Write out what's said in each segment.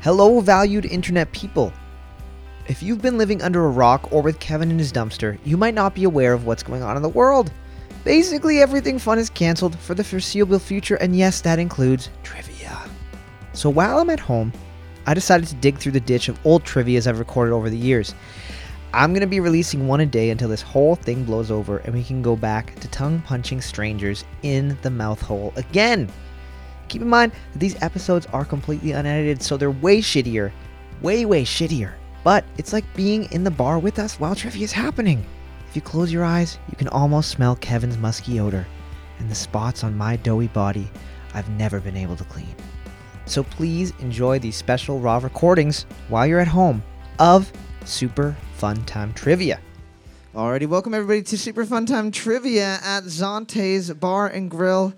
Hello, valued internet people. If you've been living under a rock or with Kevin in his dumpster, you might not be aware of what's going on in the world. Basically, everything fun is canceled for the foreseeable future, and yes, that includes trivia. So while I'm at home, I decided to dig through the ditch of old trivias I've recorded over the years. I'm going to be releasing one a day until this whole thing blows over and we can go back to tongue punching strangers in the mouth hole again. Keep in mind that these episodes are completely unedited, so they're way shittier. Way, way shittier. But it's like being in the bar with us while trivia is happening. If you close your eyes, you can almost smell Kevin's musky odor and the spots on my doughy body I've never been able to clean. So please enjoy these special raw recordings while you're at home of Super Fun Time Trivia. Alrighty, welcome everybody to Super Fun Time Trivia at Zante's Bar and Grill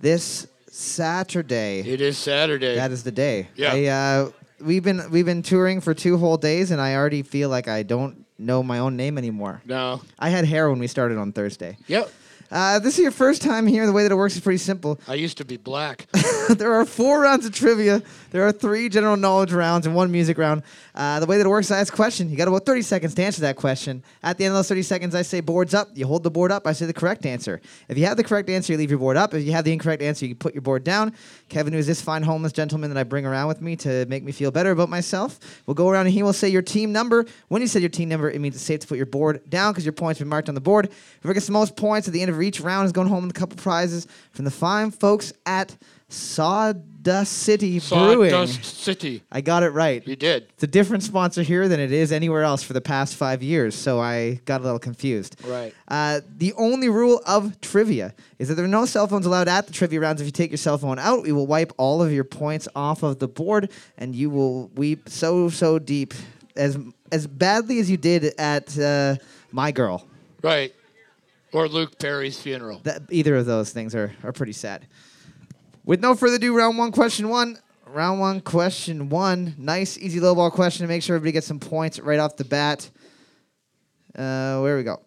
this Saturday. It is Saturday. That is the day. Yeah. I, uh, we've been we've been touring for two whole days, and I already feel like I don't know my own name anymore. no. I had hair when we started on Thursday. Yep. Uh, this is your first time here. The way that it works is pretty simple. I used to be black. there are four rounds of trivia. There are three general knowledge rounds and one music round. Uh, the way that it works, I ask a question. You got about 30 seconds to answer that question. At the end of those 30 seconds, I say boards up. You hold the board up. I say the correct answer. If you have the correct answer, you leave your board up. If you have the incorrect answer, you put your board down. Kevin, who is this fine homeless gentleman that I bring around with me to make me feel better about myself, will go around and he will say your team number. When you say your team number, it means it's safe to put your board down because your points have been marked on the board. Whoever gets the most points at the end of each round is going home with a couple prizes from the fine folks at Sawdust City Brewing. Sawdust City. I got it right. You did. It's a different sponsor here than it is anywhere else for the past five years, so I got a little confused. Right. Uh, the only rule of trivia is that there are no cell phones allowed at the trivia rounds. If you take your cell phone out, we will wipe all of your points off of the board, and you will weep so so deep, as as badly as you did at uh, my girl. Right. Or Luke Perry's funeral. That either of those things are are pretty sad. With no further ado, round one, question one. Round one, question one. Nice, easy low ball question to make sure everybody gets some points right off the bat. Uh, where we go.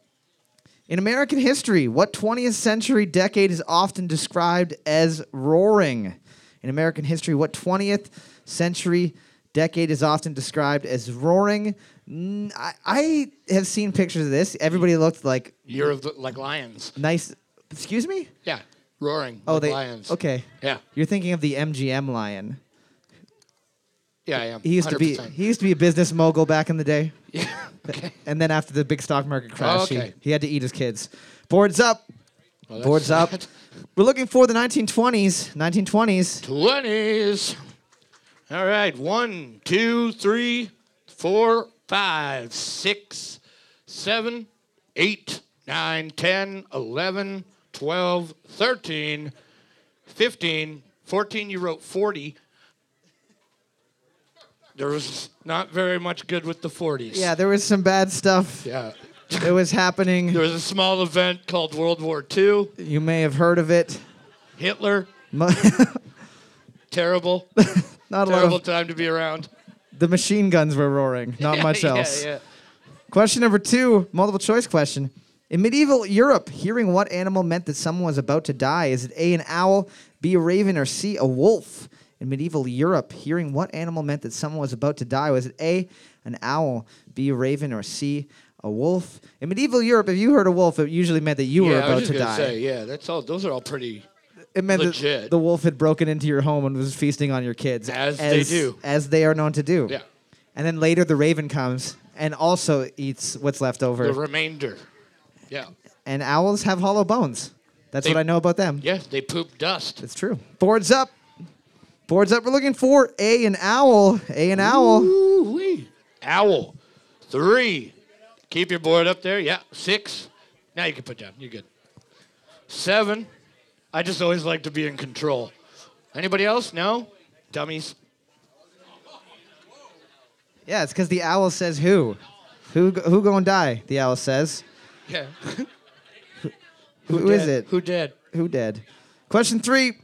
In American history, what 20th century decade is often described as roaring? In American history, what 20th century decade is often described as roaring? N- I, I have seen pictures of this. Everybody looked like Year of the, like lions. nice. Excuse me? Yeah. Roaring. Oh, like they. lions. Okay. Yeah. You're thinking of the MGM lion. Yeah, I am. He used to be 100%. he used to be a business mogul back in the day, Yeah. okay. and then after the big stock market crash, Oh, okay. he, he had to eat his kids. Boards up, Well, that's boards up. sad. We're looking for the 1920s. 1920s. 20s. All right. One, two, three, four, five, six, seven, eight, nine, 10, 11, 12, 13, 15, 14. You wrote 40. There was not very much good with the 40s. Yeah, there was some bad stuff. Yeah. It was happening. There was a small event called World War II. You may have heard of it. Hitler, Mo- terrible, Not a lot terrible of time to be around. the machine guns were roaring. Not much Yeah, else. yeah. Question number two, multiple choice question. In medieval Europe, hearing what animal meant that someone was about to die. Is it A, an owl, B, a raven, or C, a wolf? In medieval Europe, hearing what animal meant that someone was about to die. Was it A, an owl, B, a raven, or C, a wolf? In medieval Europe, if you heard a wolf, it usually meant that you were I about was to just die. gonna Say, yeah, that's all. Those are all pretty. it meant that legit. the wolf had broken into your home and was feasting on your kids. As they do. As they are known to do. Yeah, And then later, the raven comes and also eats what's left over. the remainder. Yeah, and owls have hollow bones. That's They- what I know about them. yeah, they poop dust. It's true. Boards up. Boards up. We're looking for a an owl. A an owl. Ooh-wee. Owl. Three. Keep your board up there. Yeah. Six. Now you can put down. You're good. Seven. I just always like to be in control. Anybody else? No. Dummies. Yeah, it's because the owl says who. Who g- who gonna die? The owl says. Yeah. who is dead? it? Who did? Who dead? Question three.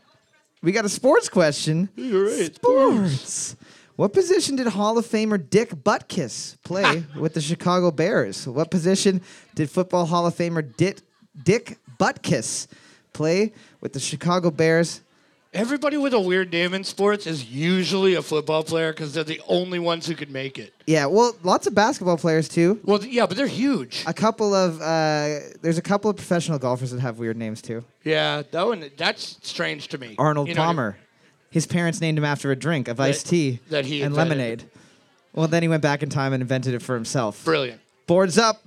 We got a sports question. You're right, Sports. What position did Hall of Famer Dick Butkus play with the Chicago Bears? What position did Football Hall of Famer Dit, Dick Butkus play with the Chicago Bears Everybody with a weird name in sports is usually a football player because they're the only ones who can make it. Yeah, well, lots of basketball players too. Well, th- yeah, but they're huge. A couple of uh, there's a couple of professional golfers that have weird names too. Yeah, that one that's strange to me. Arnold You know, Palmer. His parents named him after a drink of iced tea that he and invented. lemonade. Well, then he went back in time and invented it for himself. Brilliant. Boards up.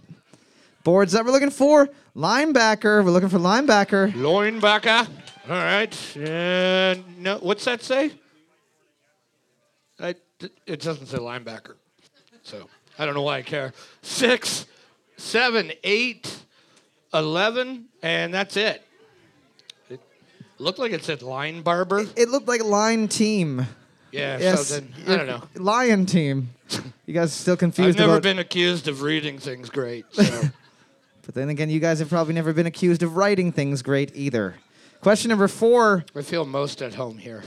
Boards up. We're looking for linebacker. We're looking for linebacker. Linebacker. All right. Uh, no, what's that say? I, it doesn't say linebacker, so I don't know why I care. Six, seven, eight, eleven, and that's it. It looked like it said line barber. It looked like line team. Yeah. Yes. So then, I don't know. Lion team. You guys are still I've confused never about been accused of reading things great. So. But then again, you guys have probably never been accused of writing things great either. Question number 4, I feel most at home here.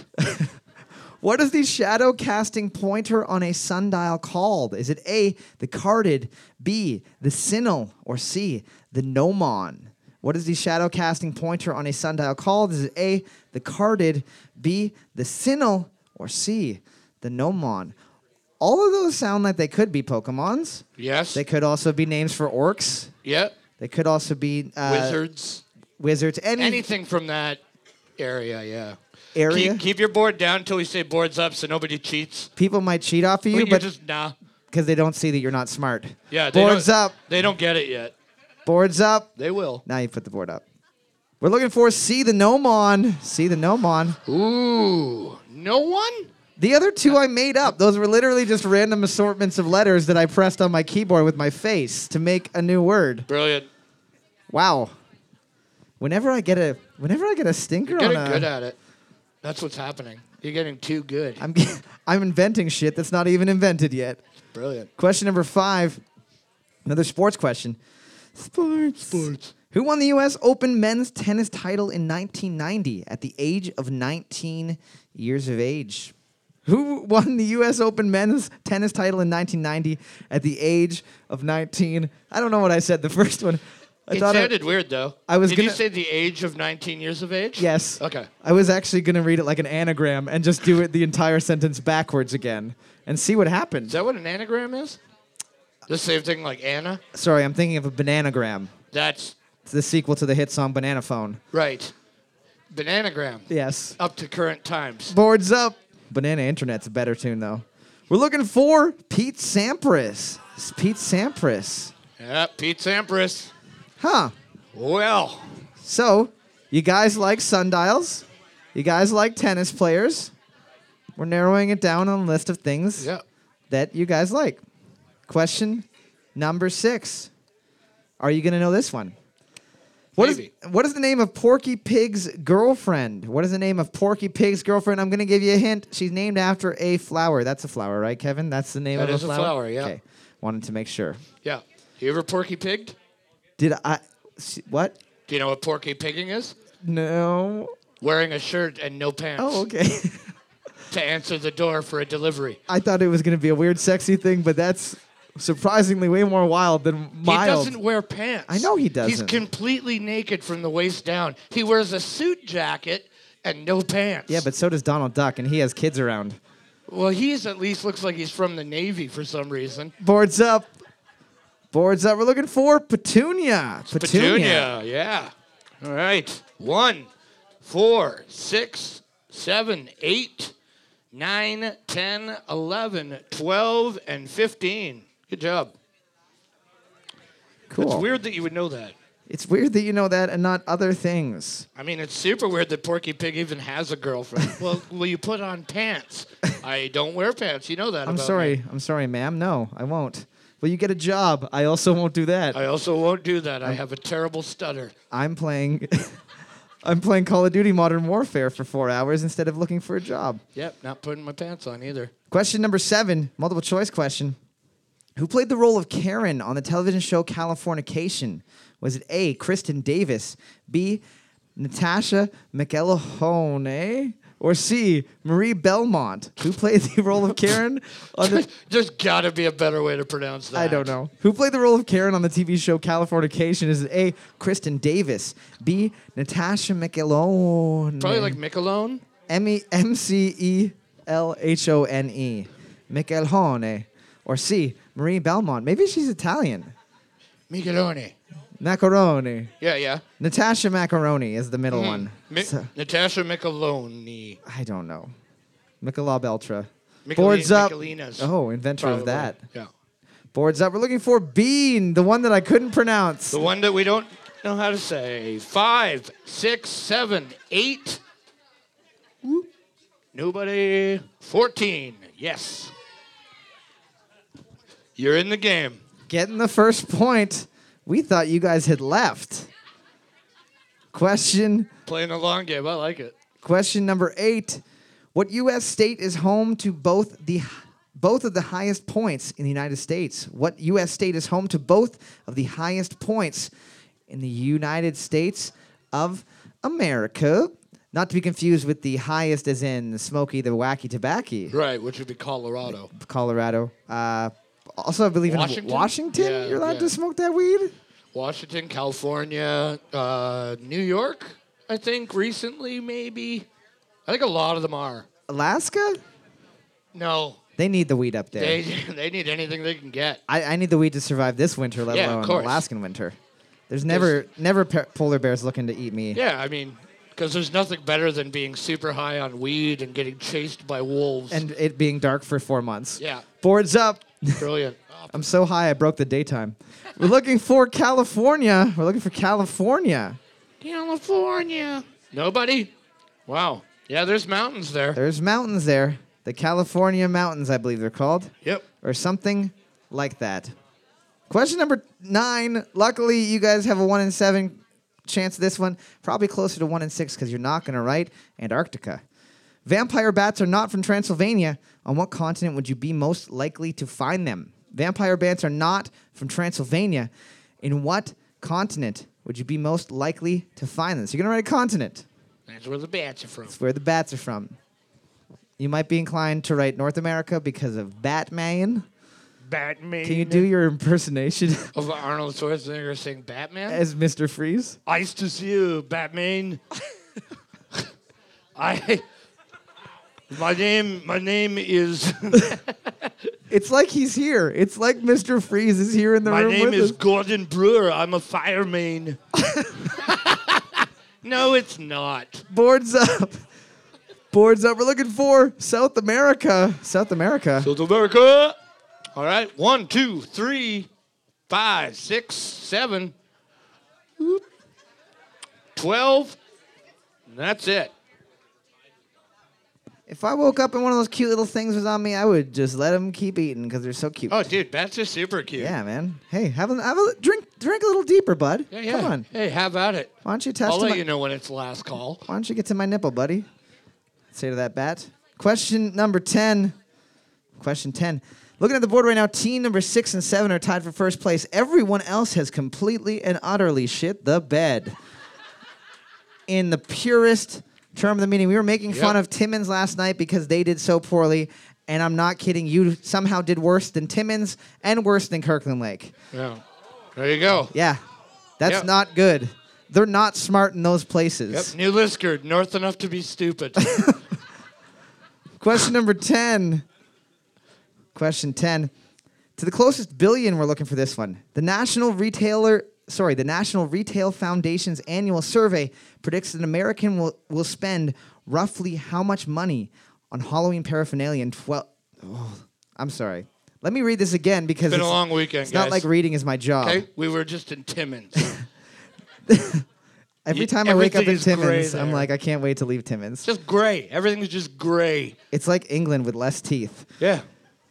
what is the shadow casting pointer on a sundial called? Is it A, the carded, B, the sinnel, or C, the gnomon? What is the shadow casting pointer on a sundial called? Is it A, the carded, B, the sinnel, or C, the gnomon? All of those sound like they could be Pokemons. Yes. They could also be names for orcs. yep. They could also be uh, Wizards. wizards. Any, Anything from that area, yeah. area. Keep, keep your board down until we say boards up so nobody cheats. People might cheat off of you, You but just nah. because they don't see that you're not smart. Yeah, they Boards don't- up. They don't get it yet. Boards up. They will. Now you put the board up. We're looking for see the gnomon. See the gnomon. Ooh, no one? The other two I made up. Those were literally just random assortments of letters that I pressed on my keyboard with my face to make a new word. Brilliant. Wow. Whenever I get a whenever I get a stinker You're getting on a, good at it. That's what's happening. You're getting too good. I'm I'm inventing shit that's not even invented yet. Brilliant. Question number 5. Another sports question. Sports. Boards. Who won the U.S. Open men's tennis title in 1990 at the age of 19 years of age? Who won the U.S. Open men's tennis title in 1990 at the age of 19? I don't know what I said the first one. I it thought I- sounded weird though. I was Did you gonna- say the age of 19 years of age? yes. Okay. I was actually going to read it like an anagram and just do it the entire sentence backwards again and see what Is happens. that what an anagram is? The same thing like Anna? Sorry, I'm thinking of a bananagram. That's It's the sequel to the hit song Banana Phone. right. Bananagram. Yes. Up to current times. Boards up. Banana Internet's a better tune though. We're looking for Pete Sampras. It's Pete Sampras. Yeah, Pete Sampras. Huh. Well, So, you guys like sundials? You guys like tennis players? We're narrowing it down on a list of things yeah. that you guys like. Question number six. Are you gonna know this one? What is, Maybe. what is the name of Porky Pig's girlfriend? What is the name of Porky Pig's girlfriend? I'm gonna give you a hint. She's named after a flower. That's a flower, right, Kevin? That's the name That of is a a flower. flower, yeah. Okay. Wanted to make sure. Yeah. You ever porky pigged? Did I? s- What? Do you know what porky pigging is? No. Wearing a shirt and no pants Oh, okay. to answer the door for a delivery. I thought it was gonna be a weird, sexy thing, but that's surprisingly way more wild than He mild. doesn't wear pants. I know he He's doesn't. completely naked from the waist down. He wears a suit jacket and no pants. yeah, but so does Donald Duck, and he has kids around. well, he's at least looks like he's from the Navy for some reason. Boards up. Boards up. We're looking for Petunia. Petunia, yeah. All right. One, four, six, seven, eight, nine, ten, eleven, twelve, and 15. Good job. Cool. It's Oh. weird that you would know that. It's weird that you know that and not other things. I mean, it's super weird that Porky Pig even has a girlfriend. well, will you put on pants? I don't wear pants. You know that. I'm about sorry. me. I'm sorry, ma'am. No, I won't. Will you get a job? I also won't do that. I also won't do that. I have a terrible stutter. I'm playing. I'm playing Call of Duty Modern Warfare for four hours instead of looking for a job. Yep, not putting my pants on either. Question number seven, multiple choice question. Who played the role of Karen on the television show Californication? Was it A. Kristen Davis, B. Natasha McElhone, or C. Marie Belmont? Who played the role of Karen on the There's got to be a better way to pronounce that. I don't know. Who played the role of Karen on the TV show Californication? Is it A. Kristen Davis, B. Natasha McElhone? Probably like Michelone. M E M C E L H O N E, Michelone, or C Marie Belmont. Maybe she's Italian. Michelone. Macaroni. Yeah, yeah. Natasha Macaroni is the middle one. Mi- So- Natasha Michelone. I don't know. Michelob Beltra. Michele- Boards up. Michelinas, Oh, inventor probably. of that. Yeah. Boards up. We're looking for Bean, the one that I couldn't pronounce. The one that we don't know how to say. Five, six, seven, eight. Whoop. Nobody. 14. Yes. You're in the game. Getting the first point. We thought you guys had left. Question Playing the long game. I like it. question number 8. What US state is home to both the both of the highest points in the United States? What US state is home to both of the highest points in the United States of America? Not to be confused with the highest as in Smokey the Wacky Tobacco. Right, which would be Colorado. Colorado. Uh, also, I believe in Washington? Washington, Yeah, you're allowed yeah. to smoke that weed. Washington, California, uh, New York, I think recently, maybe. I think a lot of them are. Alaska, No, they need the weed up there. they, they need anything they can get. I, I need the weed to survive this winter, let Yeah, of alone course. Alaskan winter. There's never never pe- polar bears looking to eat me. Yeah, I mean, because there's nothing better than being super high on weed and getting chased by wolves. And it being dark for four months. Yeah. Boards up. Brilliant. Oh, I'm so high I broke the daytime. We're looking for California. We're looking for California. California. Nobody? Wow. Yeah, there's mountains there. There's mountains there. The California mountains, I believe they're called. Yep. or something like that. Question number nine. Luckily, you guys have a one in seven chance of this one. Probably closer to one in six because you're not going to write Antarctica. Vampire bats are not from Transylvania. On what continent would you be most likely to find them? Vampire bats are not from Transylvania. In what continent would you be most likely to find them? So you're going to write a continent. That's where the bats are from. It's where the bats are from. You might be inclined to write North America because of Batman. Batman. Can you do your impersonation Of Arnold Schwarzenegger saying Batman? as Mr. Freeze? Ice to see you, Batman. I. My name, my name is, It's like he's here. It's like Mr. Freeze is here in the my room name with is us. Gordon Brewer. I'm a fireman. no, it's not. Boards up. Boards up. We're looking for South America. South America. South America. All right, one, two, three, five, six, seven, Whoop. twelve. And that's it. If I woke up and one of those cute little things was on me, I would just let them keep eating because they're so cute. Oh, dude, bats are super cute. yeah, man. Hey, have a, have a drink. Drink a little deeper, bud. yeah, yeah. Come on. Hey, how about it? Why don't you test I'll them? let you know when it's last call. Why don't you get to my nipple, buddy? Say to that bat. Question number 10. Question 10. Looking at the board right now, team number six and seven are tied for first place. Everyone else has completely and utterly shit the bed. In the purest term of the meaning, we were making fun Yep. of Timmins last night because they did so poorly. And I'm not kidding, you somehow did worse than Timmins and worse than Kirkland Lake. Yeah. There you go. Yeah, that's Yep. not good. They're not smart in those places. Yep. New Liskard, north enough to be stupid. Question number 10. Question 10. To the closest billion, we're looking for this one. The National Retailer, sorry, the National Retail Foundation's annual survey predicts that an American will, will spend roughly how much money on Halloween paraphernalia in 12. Oh, I'm sorry. Let me read this again because Been a it's, long weekend, it's guys. not like reading is my job. okay, we were just in Timmins. Every You- time I wake up everything in is gray Timmins, I'm there. like, I can't wait to leave Timmins. just gray. Everything's just gray. It's like England with less teeth. Yeah.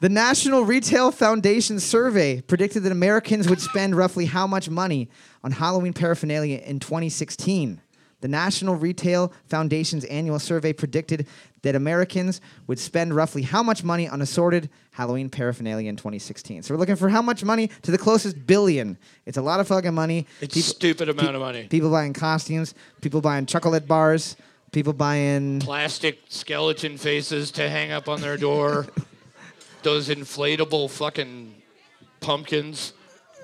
The National Retail Foundation survey predicted that Americans would spend roughly how much money on Halloween paraphernalia in 2016. The National Retail Foundation's annual survey predicted that Americans would spend roughly how much money on assorted Halloween paraphernalia in 2016. So we're looking for how much money to the closest billion. It's a lot of fucking money. It's Peop- stupid amount of money. people buying costumes, people buying chocolate bars, people buying Plastic skeleton faces to hang up on their door. Those inflatable fucking pumpkins.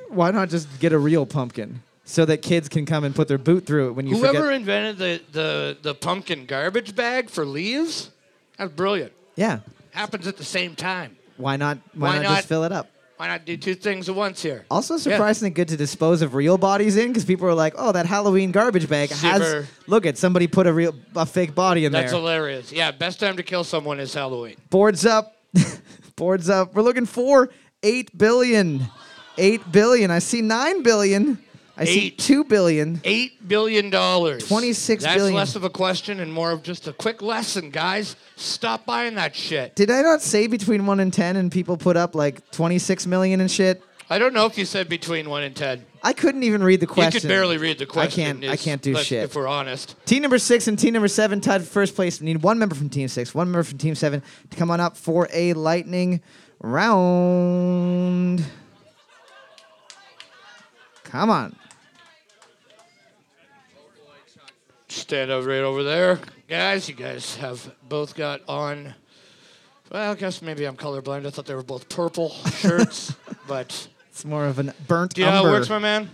Why not just get a real pumpkin? so that kids can come and put their boot through it when you Whoever forget. invented the, the, the pumpkin garbage bag for leaves, that's brilliant. Yeah. Happens at the same time. Why not? Why, Why not, not? just fill it up? Why not do two things at once here? Also, Yeah. surprisingly good to dispose of real bodies in because people are like, "Oh, that Halloween garbage bag has Super. look at somebody put a real a fake body in That's there." hilarious. Yeah, best time to kill someone is Halloween. boards up, boards up. We're looking for eight billion, eight billion. I see nine billion. I see Eight. two billion. Eight billion dollars. 26 That's billion. less of a question and more of just a quick lesson, guys. Stop buying that shit. Did I not say between one and ten, and people put up like twenty-six million and shit? I don't know if you said between one and ten. I couldn't even read the question. You could barely read the I question. can't- I is- can't do let's- shit. If we're honest, Team number six and team number seven tied for first place. We need one member from team six, one member from team seven to come on up for a lightning round. Come on. stand up right over there, guys. You guys have both got on. Well, I guess maybe I'm colorblind. I thought they were both purple shirts, but It's more of an burnt do you know how it umber. works, my man?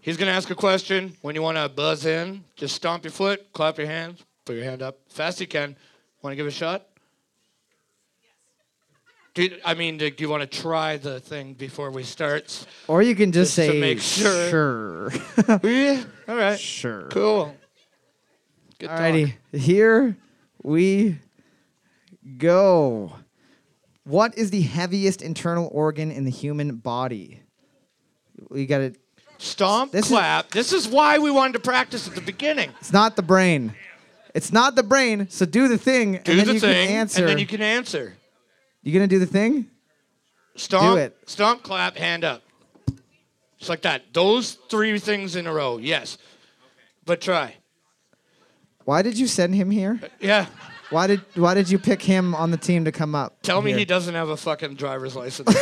He's gonna ask a question. When you want to buzz in, just stomp your foot, clap your hands, put your hand up, fast you can. Want to give it a shot? Do you, I mean, do you want to try the thing before we start? or you can just, Just to say, make sure. sure. yeah. All right. Sure. Cool. Good talk. Alrighty, here we go. What is the heaviest internal organ in the human body? We got it. Stomp, This is- clap. this is why we wanted to practice at the beginning. It's not the brain. It's not the brain. So do the thing, Do and then the you thing, can answer. and then you can answer. You gonna do the thing? Stomp, it. stomp, clap, hand up. It's like that. Those three things in a row. Yes, but try. Why did you send him here? Yeah. Why did Why did you pick him on the team to come up? Tell me here? he doesn't have a fucking driver's license.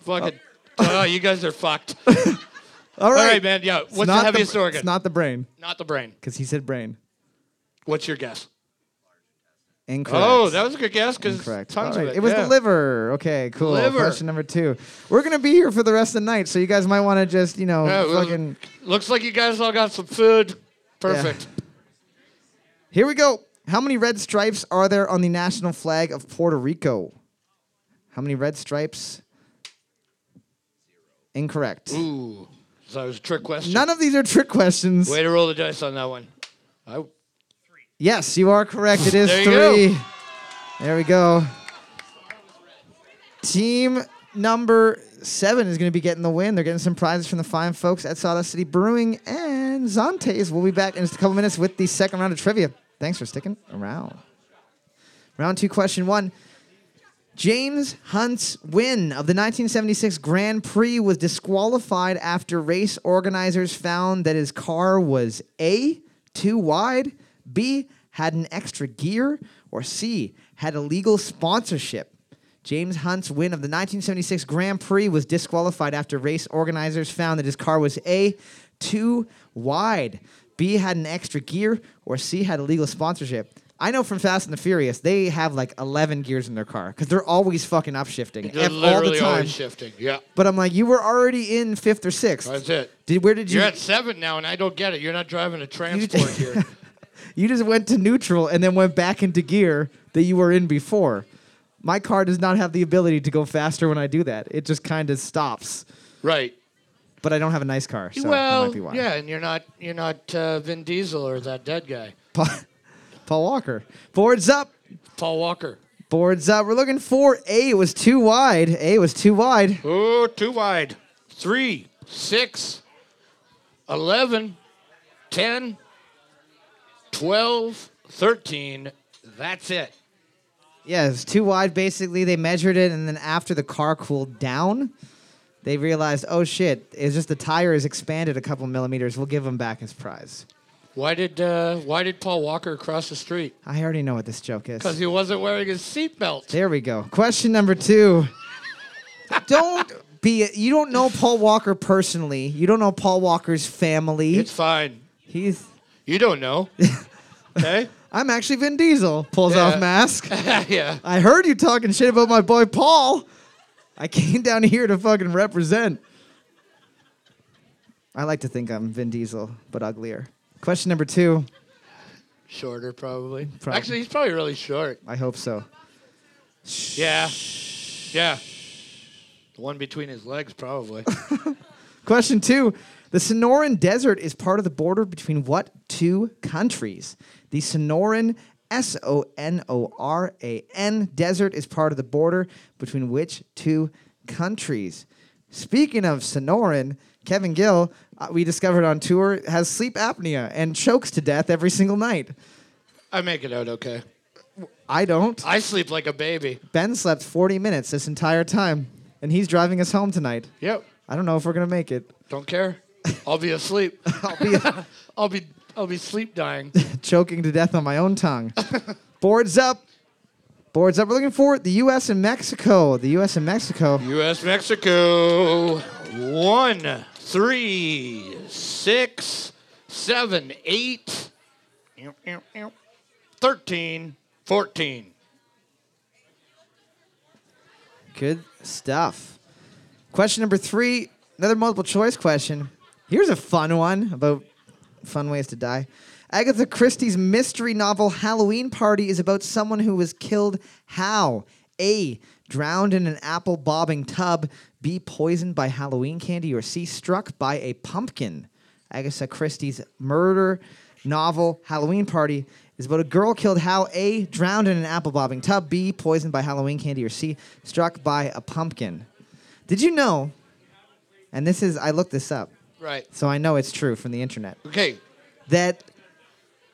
fucking. Oh, you guys are fucked. All All right, right, man. Yeah. It's What's the not heaviest br- organ? It's not the brain, Not the brain. because he said brain. What's your guess? Incorrect. Oh, that was a good guess because Correct. tons All right. of it. it was yeah. the liver. Okay, cool. Liver. Question number two. We're gonna be here for the rest of the night, so you guys might want to just, you know, Yeah, well, fucking. Looks like you guys all got some food. Perfect. Here we go. How many red stripes are there on the national flag of Puerto Rico? How many red stripes? Incorrect. Ooh. So that was a trick question. None of these are trick questions. Way to roll the dice on that one. I, Yes, you are correct. It is There you three. There we go. Team number seven is going to be getting the win. They're getting some prizes from the fine folks at Sawdust City Brewing and Zantes. We'll be back in just a couple minutes with the second round of trivia. Thanks for sticking around. Round two, question one. James Hunt's win of the 1976 Grand Prix was disqualified after race organizers found that his car was A, too wide, B, had an extra gear, or C, had illegal sponsorship. James Hunt's win of the 1976 Grand Prix was disqualified after race organizers found that his car was A, too wide, B, had an extra gear, or C, had illegal sponsorship. I know from Fast and the Furious, they have like 11 gears in their car because they're always fucking upshifting they're ev- all the literally time. always shifting. Yeah. But I'm like, you were already in fifth or sixth. That's it. Did, where did you? You're at seven now, and I don't get it. You're not driving a transport here. you just went to neutral and then went back into gear that you were in before. My car does not have the ability to go faster when I do that. It just kind of stops. Right. But I don't have a nice car, so that well, might be why. yeah, and you're not you're not uh, Vin Diesel or that dead guy, Paul, Paul Walker. Boards up. Paul Walker. Boards up. We're looking for A. It was too wide. A was too wide. Oh, too wide. Three, six, 11, 10, 12, 13. That's it. Yeah, it's too wide. Basically, they measured it, and then after the car cooled down, they realized, oh shit, it's just the tire is expanded a couple millimeters. We'll give him back his prize. Why did uh, why did Paul Walker cross the street? I already know what this joke Because is. he wasn't wearing his seatbelt. There we go. Question number two. don't be. You don't know Paul Walker personally. You don't know Paul Walker's family. It's fine. He's. You don't know. Okay? I'm actually Vin Diesel. Pulls Yeah. off mask. yeah. I heard you talking shit about my boy Paul. I came down here to fucking represent. I like to think I'm Vin Diesel, but uglier. Question number two. Shorter, probably. Probably. Actually, he's probably really short. I hope so. Yeah. Yeah. The one between his legs, probably. Question two. The Sonoran Desert is part of the border between what two countries? The Sonoran S O N O R A N Desert is part of the border between which two countries? Speaking of Sonoran, Kevin Gill, uh, we discovered on tour, has sleep apnea and chokes to death every single night. I make it out okay. I don't. I sleep like a baby. Ben slept 40 minutes this entire time, and he's driving us home tonight. Yep. I don't know if we're going to make it. Don't care. I'll be asleep. I'll be I'll be I'll be sleep dying. choking to death on my own tongue. Boards up. Boards up. We're looking for the U.S. and Mexico. The U.S. and Mexico. U.S. Mexico one three six seven eight ew, ew, ew, thirteen fourteen. Good stuff. Question number three. Another multiple choice question. Here's a fun one about fun ways to die. Agatha Christie's mystery novel Halloween Party is about someone who was killed how? A. Drowned in an apple bobbing tub. B. Poisoned by Halloween candy. Or C. Struck by a pumpkin. Agatha Christie's murder novel Halloween Party is about a girl killed how? A. Drowned in an apple bobbing tub. B. Poisoned by Halloween candy. Or C. Struck by a pumpkin. Did you know? And this is, I looked this up, Right. so I know it's true from the internet Okay. that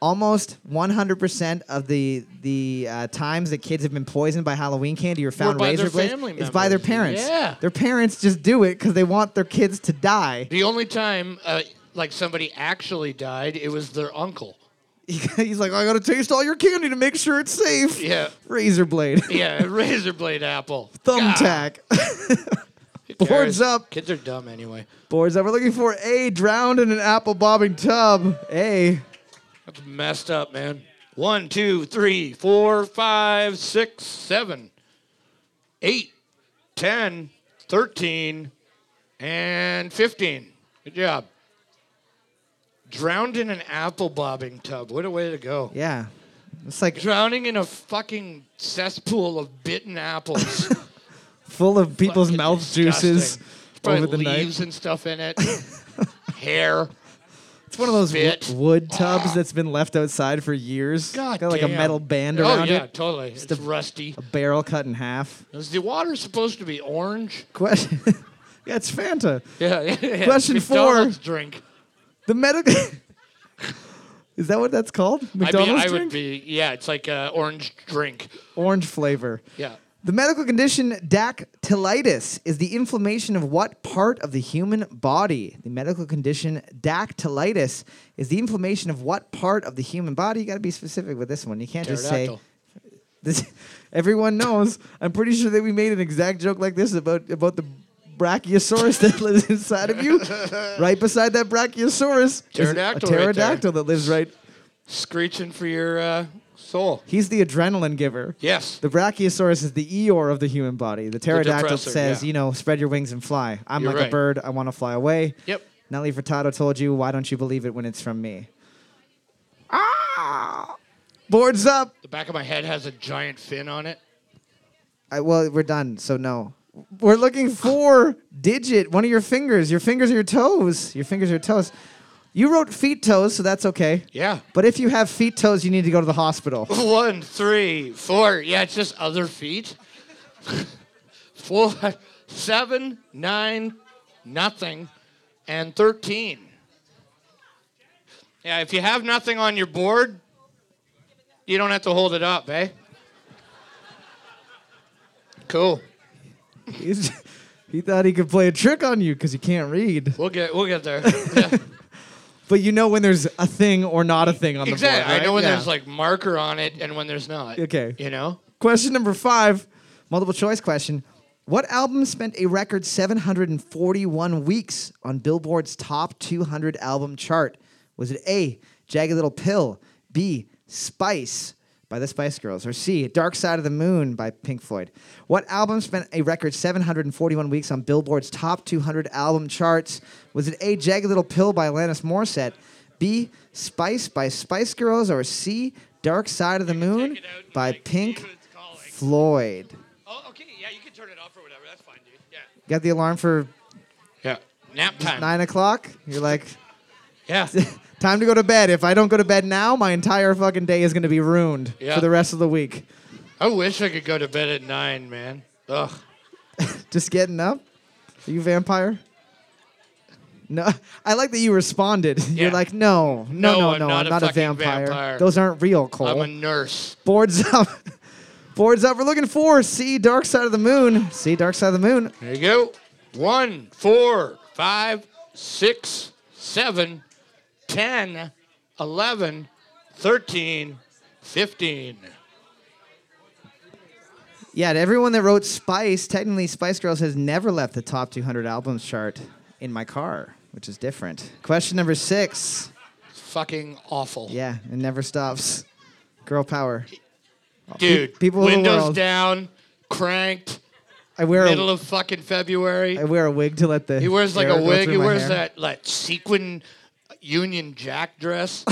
almost 100% of the the uh, times that kids have been poisoned by Halloween candy or found by razor their blades family is by their members. parents. Yeah. Their parents just do it because they want their kids to die. The only time uh, like somebody actually died, it was their uncle. He's like, I gotta taste all your candy to make sure it's safe. Yeah. Razor blade, Yeah, a razor blade apple. thumbtack. Who cares? Boards up. Kids are dumb anyway. Boards that we're looking for A, drowned in an apple bobbing tub. A. That's messed up, man. One, two, three, four, five, six, seven, eight, ten, thirteen, and 15. Good job. Drowned in an apple bobbing tub. What a way to go. Yeah. It's like Drowning in a fucking cesspool of bitten apples. full of people's Fucking mouth juices disgusting. Probably over the night. leaves and stuff in it. Hair. It's one of those wo- Spit. wood tubs that's been left outside for years. God Got like a damn. metal band oh, around yeah, it. totally. It's, the- rusty. A barrel cut in half. Is the water supposed to be orange? Question. yeah, it's Fanta. Yeah. yeah. Question four. McDonald's Drink. The medical. Is that what that's called? I'd be, McDonald's I would drink? be. Yeah, it's like uh, orange drink. Orange flavor. Yeah. The medical condition dactylitis is the inflammation of what part of the human body? The medical condition dactylitis is the inflammation of what part of the human body? You got to be specific with this one. You can't just say Pterodactyl. This, everyone knows. I'm pretty sure that we made an exact joke like this about about the brachiosaurus that lives inside of you. Right beside that brachiosaurus, is a Pterodactyl right there. pterodactyl that lives right. Screeching for your uh, soul. He's the adrenaline giver. Yes. The brachiosaurus is the eor of the human body. The pterodactyl depressor, says, yeah. you know, spread your wings and fly. I'm You're like a right. bird. I want to fly away. Yep. Nelly Furtado told you, why don't you believe it when it's from me? Ah! Boards up. The back of my head has a giant fin on it. I, well, we're done, so no. We're looking for digit, one of your fingers. Your fingers are your toes. Your fingers are your toes. You wrote feet toes, so that's okay. Yeah. But if you have feet toes, you need to go to the hospital. One, three, four. Yeah, it's just other feet. four, seven, nine, nothing, and 13. Yeah, if you have nothing on your board, you don't have to hold it up, eh? Cool. He's- he thought he could play a trick on you because you can't read. We'll get we'll get there. Yeah. But you know when there's a thing or not a thing on the exactly. board. Right? I know when Yeah. there's like marker on it and when there's not. Okay. You know? Question number five, multiple choice question. What album spent a record 741 weeks on Billboard's top 200 album chart? Was it A, Jagged Little Pill, B, Spice, by the Spice Girls, or C, Dark Side of the Moon by Pink Floyd? What album spent a record 741 weeks on Billboard's top 200 album charts? Was it A, Jagged Little Pill by Alanis Morissette, B, Spice by Spice Girls, or C, Dark Side of the Moon it out and, by like, see Pink who it's calling. Floyd? Oh, okay. Yeah, you can turn it off or whatever. That's fine, dude. Yeah. Got the alarm for Yeah. Nap time. nine o'clock? You're like, yeah. time to go to bed. If I don't go to bed now, my entire fucking day is going to be ruined Yeah. for the rest of the week. I wish I could go to bed at nine, man. Ugh. Just getting up? Are you vampire? No, I like that you responded. Yeah. You're like, no, no, No, no, no, I'm I'm not, not a a, fucking vampire. vampire. Those aren't real, Cole. I'm a nurse. Boards up. Boards up. We're looking for See Dark Side of the Moon. See Dark Side of the Moon. There you go. One, four, five, six, seven, ten, eleven, thirteen, fifteen. Yeah, to everyone that wrote Spice, technically Spice Girls has never left the top 200 albums chart in my car, which is different. Question number six. Fucking awful. Yeah, it never stops. Girl power. Dude, Pe- people of the windows world. down, cranked, I wear middle a, of fucking February. I wear a wig to let the. He wears like air a go wig. through He my wears hair. that like sequin Union Jack dress.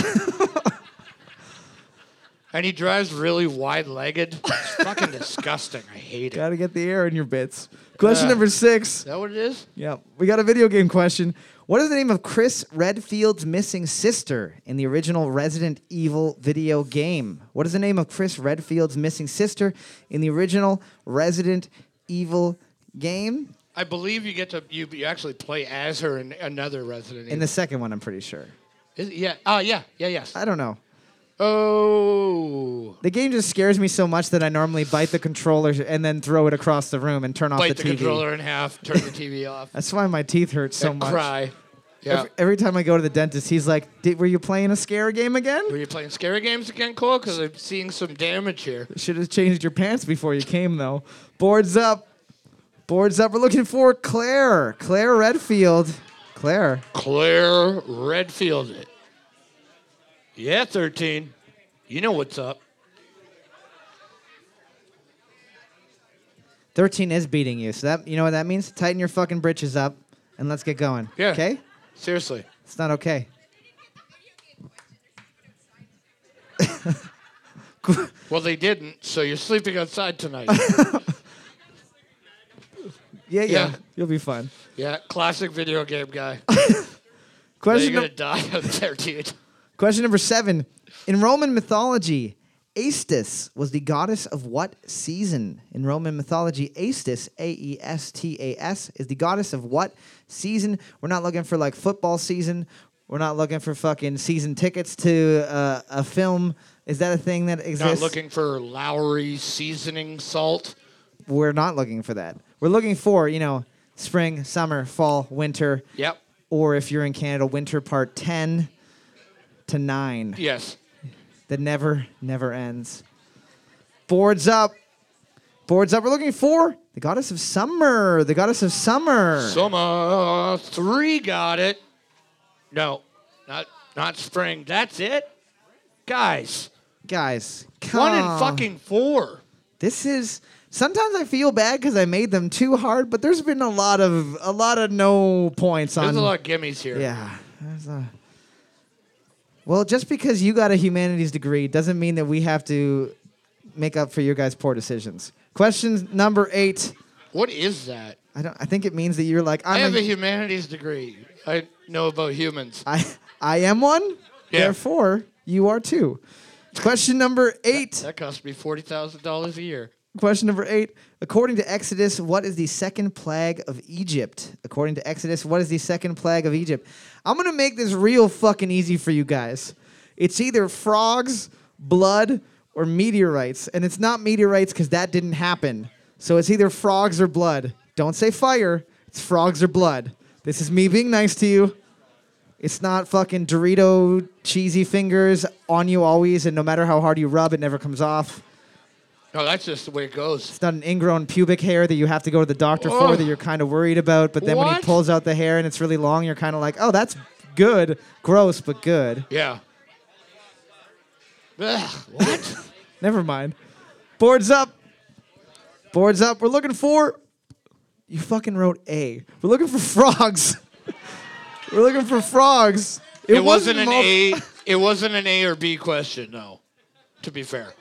and he drives really wide legged. It's fucking disgusting. I hate it. Is Gotta get the air in your bits. Question Yeah. number six. that what it is? Yep. We got a video game question. What is the name of Chris Redfield's missing sister in the original Resident Evil video game? What is the name of Chris Redfield's missing sister in the original Resident Evil game? I believe you get to you, you actually play as her in another Resident In Evil. the second one, I'm pretty sure. Is it- yeah. Oh yeah. Yeah. Yes. I don't know. Oh. The game just scares me so much that I normally bite the controller and then throw it across the room and turn off Bite the the, TV. controller in half. Turn the TV off. That's why my teeth hurt so and much. cry. Yeah. Every, every time I go to the dentist, he's like, Did, "Were you playing a scare game again? Were you playing scary games again, Cole? Because I'm seeing some damage here. Should have changed your pants before you came, though." Boards up, boards up. We're looking for Claire, Claire Redfield, Claire. Claire Redfield it. Yeah, 13. You know what's up. Thirteen is beating you, so that you know what that means. Tighten your fucking britches up, and let's get going. Yeah. Okay. Seriously. It's not okay. Well, they didn't, so you're sleeping outside tonight. Yeah, yeah. Yeah. You'll be fine. yeah, classic video game guy. Now Question you're num- going to die out there, dude. Question number seven. In Roman mythology, Aestis was the goddess of what season? In Roman mythology, Aestis, A E S T A S, is the goddess of what season? We're not looking for like football season. We're not looking for fucking season tickets to uh, a film. Is that a thing that Not exists? looking for Lowry seasoning salt. We're not looking for that. We're looking for, you know, spring, summer, fall, winter. Yep. Or if you're in Canada, winter part 10 to 9. Yes. that never, never ends. Boards up. Boards up. We're looking for the goddess of summer. The goddess of summer. Soma 3 got it. No, not not spring. That's it? Guys, Guys, come one in fucking four. This is. Sometimes I feel bad because I made them too hard, but there's been a lot of a lot of no points on. There's a lot of gimmies here. Yeah. There's a- well, just because you got a humanities degree doesn't mean that we have to make up for your guys' poor decisions. Question number eight. What is that? I don't. I think it means that you're like I'm I have a a humanities degree. I know about humans. I I am one. Yeah. Therefore, you are two. Question number eight. That cost me forty thousand dollars a year. Question number eight. According to Exodus, what is the second plague of Egypt? According to Exodus, what is the second plague of Egypt? I'm gonna make this real fucking easy for you guys. It's either frogs, blood, or meteorites, and it's not meteorites because that didn't happen. So it's either frogs or blood. Don't say fire. It's frogs or blood. This is me being nice to you. It's not fucking Dorito cheesy fingers on you always, and no matter how hard you rub, it never comes off. No, that's just the way it goes. It's not an ingrown pubic hair that you have to go to the doctor Oh. for that you're kind of worried about. But then when he What? pulls out the hair and it's really long, you're kind of like, oh, that's good. Gross, but good. Yeah. Ugh, what? Never mind. Boards up. Boards up. We're looking for. You fucking wrote A. We're looking for frogs. We're looking for frogs. It, wasn't, an mul- A. It wasn't an A or B question, no. To be fair.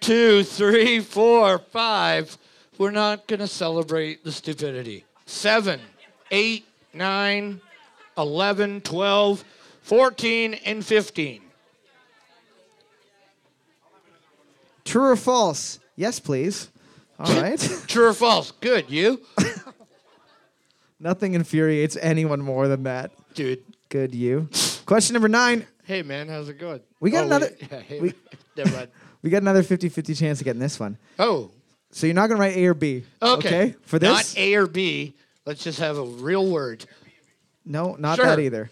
Two, three, four, five. We're not gonna celebrate the stupidity. Seven, eight, nine, eleven, twelve, fourteen, and fifteen. True or false? Yes, please. All right. True or false? Good, you? Nothing infuriates anyone more than that. Dude. Good you. Question number nine. Hey man, how's it going? We got Oh, another- yeah, hey, we- never mind. We got another 50-50 chance of getting this one. Oh. So you're not gonna write A or B. Okay. For this? Not A or B. Let's just have a real word. No, not Sure. that either.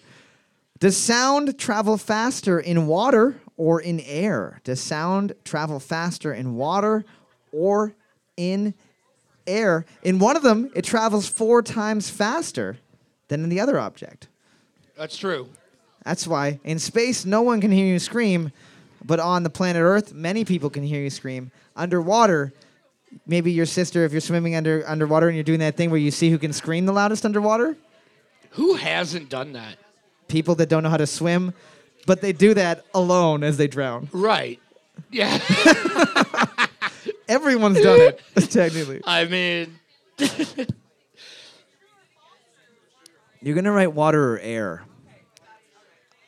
Does sound travel faster in water or in air? Does sound travel faster in water or in air? In one of them, it travels four times faster than in the other object. That's true. That's why in space, no one can hear you scream, but on the planet Earth, many people can hear you scream. Underwater, maybe your sister, if you're swimming under underwater and you're doing that thing where you see who can scream the loudest underwater, Who hasn't done that? people that don't know how to swim, but they do that alone as they drown. Right. Yeah. Everyone's done it, technically. I mean, You're gonna write water or air.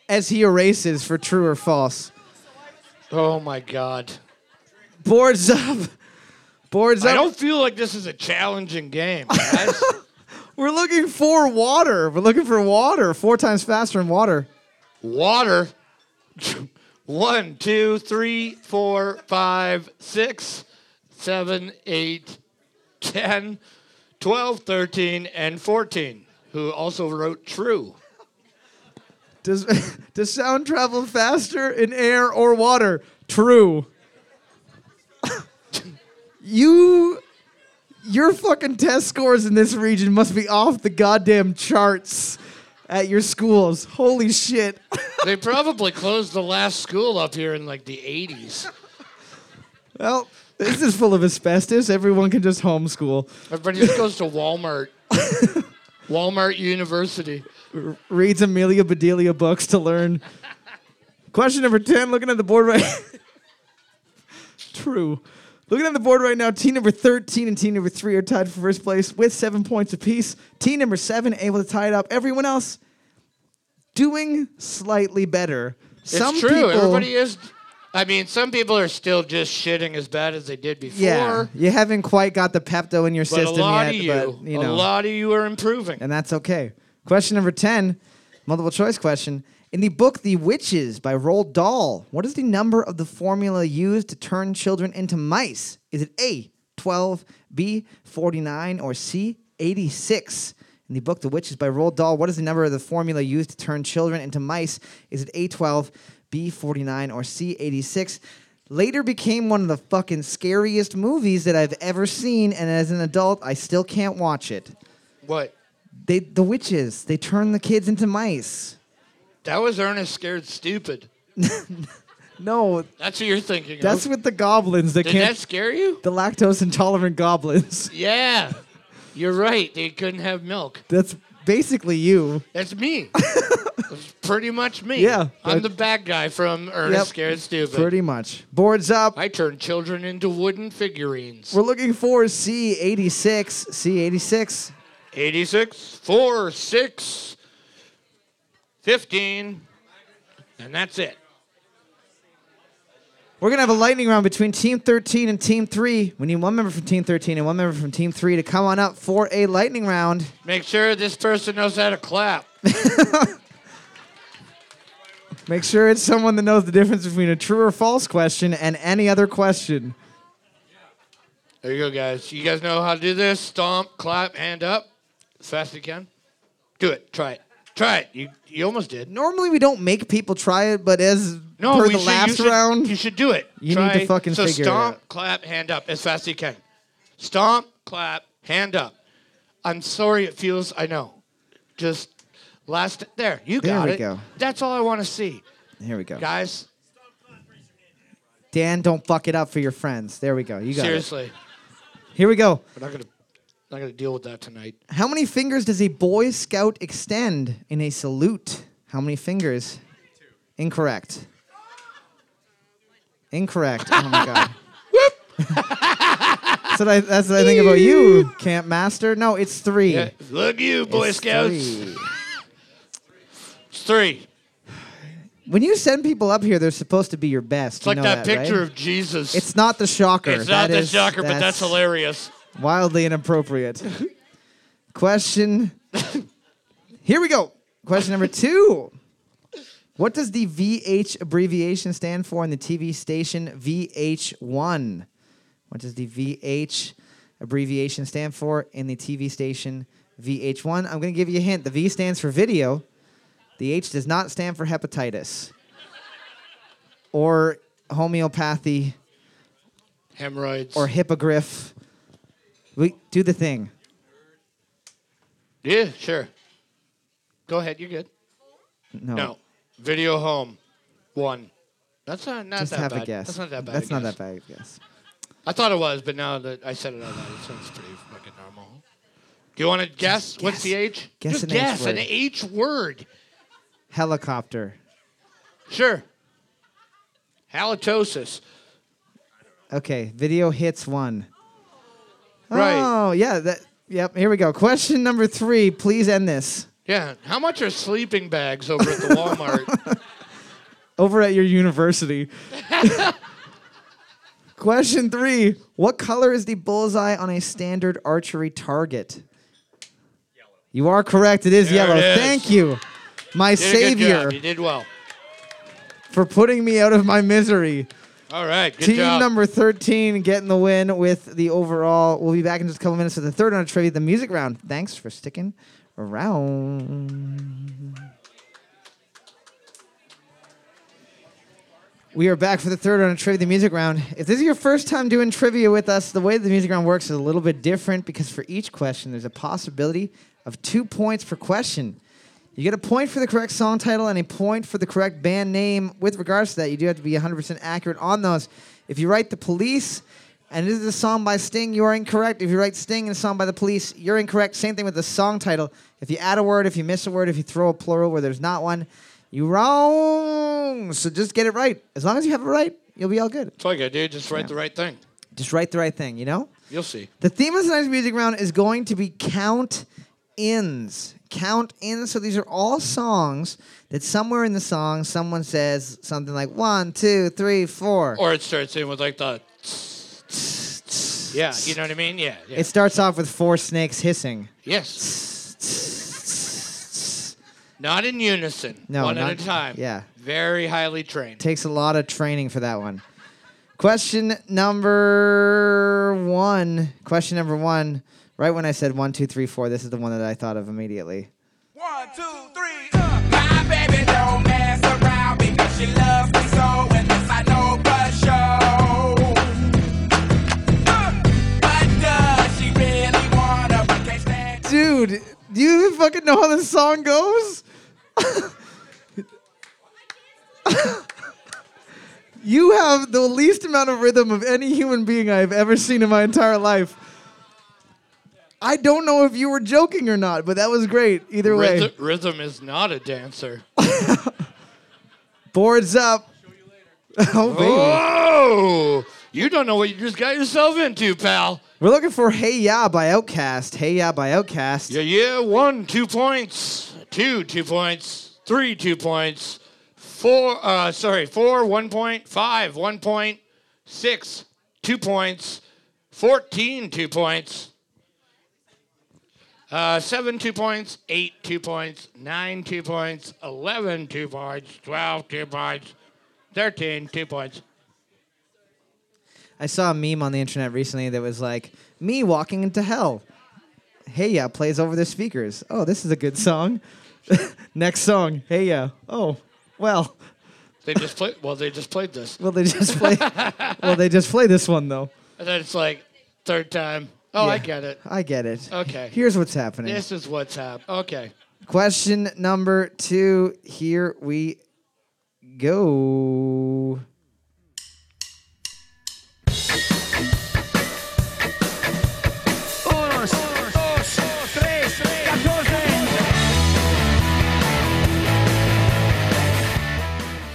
As he erases for true or false. oh my God. Boards up. Boards I up. don't feel like this is a challenging game, guys. We're looking for water. We're looking for water. Four times faster in water. Water. One, two, three, four, five, six, seven, eight, ten, twelve, thirteen, and 14, who also wrote true. Does does sound travel faster in air or water? True. you your fucking test scores in this region must be off the goddamn charts at your schools. Holy shit. They probably closed the last school up here in like the 80s. Well, this is full of asbestos. Everyone can just homeschool. Everybody just goes to Walmart. Walmart University. Reads Amelia Bedelia books to learn. Question number 10, looking at the board right. True. Looking at the board right now, team number 13 and team number 3 are tied for first place with seven points apiece. Team number 7 able to tie it up. Everyone else doing slightly better. It's true. Everybody is. I mean, some people are still just shitting as bad as they did before. Yeah, you haven't quite got the Pepto in your But a system yet, lot of you, but you know. a lot of you are improving. and that's okay. Question number 10, multiple choice question. In the book The Witches by Roald Dahl, what is the number of the formula used to turn children into mice? Is it A, 12, B, 49, or C, 86? In the book The Witches by Roald Dahl, what is the number of the formula used to turn children into mice? Is it A, 12, B, 49, or C, 86? Later became one of the fucking scariest movies that I've ever seen, and as an adult, I still can't watch it. What? They the witches. They turn the kids into mice. That was Ernest scared stupid. No, That's what you're thinking. that's of. with the goblins. They Did can't. that scare you? The lactose intolerant goblins. Yeah. You're right. They couldn't have milk. That's basically you. That's me. That's pretty much me. Yeah, I'm but- the bad guy from Ernest Yep. Scared Stupid. Pretty much. Boards up. I turn children into wooden figurines. We're looking for C86. C86. 86, 4, 6, 15, and that's it. We're gonna have a lightning round between Team 13 and Team 3. We need one member from Team 13 and one member from Team 3 to come on up for a lightning round. Make sure this person knows how to clap. Make sure it's someone that knows the difference between a true or false question and any other question. There you go, guys. You guys know how to do this? Stomp, clap, hand up as fast as you can. Do it. Try it. Try it. You, you almost did. Normally we don't make people try it, but as No, per we the should- last you should, round, You should do it. You need to Try- fucking so figure it stomp, out. clap, hand up as fast as you can. Stomp, clap, hand up. I'm sorry it feels, I know. Just last, there, you There got we it. go. That's all I want to see. here we go. Guys, Dan, don't fuck it up for your friends. There we go. You got Seriously, it. Here we go. we're not gonna not gonna deal with that tonight. How many fingers does a Boy Scout extend in a salute? How many fingers? Incorrect. Incorrect. Oh my god. that's what I, that's what I think about you, Camp Master. No, it's three. Yeah. Look you, Boy It's Scouts. three. It's three. When you send people up here, they're supposed to be your best. It's like that, picture of Jesus. It's not the shocker. It's not That the is- shocker, but that's hilarious. Wildly inappropriate. Question. Here we go. Question number two. What does the VH abbreviation stand for in the TV station VH1? What does the VH abbreviation stand for in the TV station VH1? I'm going to give you a hint. The V stands for video. The H does not stand for hepatitis or homeopathy Hemorrhoids. or hippogriff. We do the thing. yeah, sure. Go ahead. You're good. No. No. Video home. One. That's not, not Just that have bad. a guess. That's not that bad. That's a not guess. that bad. a guess. I thought it was, but now that I said it out loud, it sounds pretty fucking normal. Do you want to guess? What's guess. the H? Guess Just an H guess an word. H word. Helicopter. Sure. Halitosis. Okay. Video hits one. Right. Oh yeah. That. Yep. Here we go. Question number three. Please end this. Yeah. How much are sleeping bags over at the Walmart? Over at your university. Question three. What color is the bullseye on a standard archery target? Yellow. You are correct. It is There yellow. it is. Thank you, my Did a good savior, job. You did well. for putting me out of my misery. All right. Good Team job. number 13 getting the win with the overall. We'll be back in just a couple minutes with the third round of trivia, the music round. Thanks for sticking around. We are back for the third round of trivia, the music round. If this is your first time doing trivia with us, the way the music round works is a little bit different because for each question, there's a possibility of two points per question. You get a point for the correct song title and a point for the correct band name. With regards to that, you do have to be 100% accurate on those. If you write The Police and this is a song by Sting, you are incorrect. If you write Sting and a song by The Police, you're incorrect. Same thing with the song title. If you add a word, if you miss a word, if you throw a plural where there's not one, you wrong. So just get it right. As long as you have it right, you'll be all good. It's all good, dude. Just write the right thing. Just write the right thing, you know? You'll see. The theme of tonight's music round is going to be count ins. Count ins. So these are all songs that somewhere in the song someone says something like one, two, three, four. Or it starts in with like the. Yeah, you know what I mean? Yeah. yeah. It starts off with four snakes hissing. yes. Not in unison. No, One not- at a time. yeah. Very highly trained. Takes a lot of training for that one. Question number one. Question number one. Right when I said one, two, three, four, this is the one that I thought of immediately. One, two, three. uh. My baby don't mess around because she loves me so, and this I know for sure. Uh, But does she really wanna? But can't stand. Dude, do you even fucking know how this song goes? you have the least amount of rhythm of any human being I've ever seen in my entire life. I don't know if you were joking or not, but that was great. Either way, Rhythm, rhythm is not a dancer. boards up. Oh, baby. Whoa! You don't know what you just got yourself into, pal. We're looking for Hey Ya by Outcast. Hey Ya by Outcast. Yeah, yeah. One, two points. Two, two points. Three, two points. Four, uh, sorry, four, one point. Five, one point. Six, two points. Fourteen, two points. Uh, seven, two points. Eight, two points. Nine, two points. Eleven, two points. Twelve, two points. Thirteen, two points. I saw a meme on the internet recently that was like, "Me walking into hell." Hey ya plays over the speakers. Oh, this is a good song. Next song, hey ya. Oh, well, They just played. Well, they just played this. will they just play? will they just play this one though? And then it's like third time. Oh, I Yeah. get it. I get it. Okay. Here's what's happening. This is what's happening. Okay. Question number two. Here we go.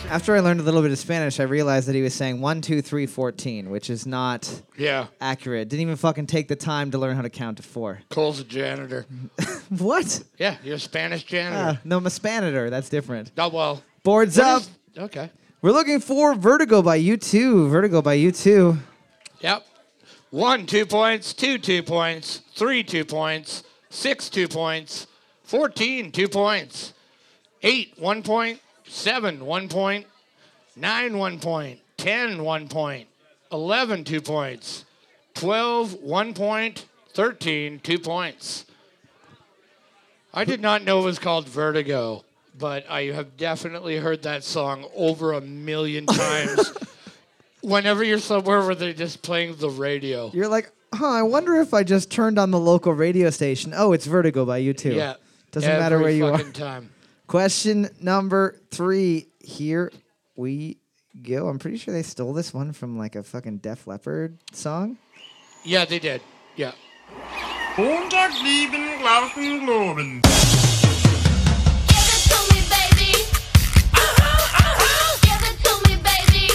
after I learned a little bit of Spanish, I realized that he was saying one, two, three, fourteen, which is not Yeah. accurate. Didn't even fucking take the time to learn how to count to four. Cole's a janitor. What? Yeah, you're a Spanish Uh, janitor. no, Maspanator. That's different. oh, well. Boards what up. is- okay. We're looking for Vertigo by U2. Vertigo by U2. Yep. One, two points, two, two points, three, two points, six, two points, 14, two points, eight, one point, seven, one point, nine, one point, 10, one point, 11, two points, 12, one point, 13, two points. I did not know it was called Vertigo, but I have definitely heard that song over a million times. Whenever you're somewhere where they're just playing the radio. You're like, huh, I wonder if I just turned on the local radio station. Oh, it's Vertigo by U2. Yeah. Doesn't matter where every you are. fucking Time. Question number three. Here we go. I'm pretty sure they stole this one from like a fucking Def Leppard song. Yeah, they did. Yeah. 100 lieben Glauben Globen. Give it to me, baby. Uh-huh, uh-huh. Give it to me, baby.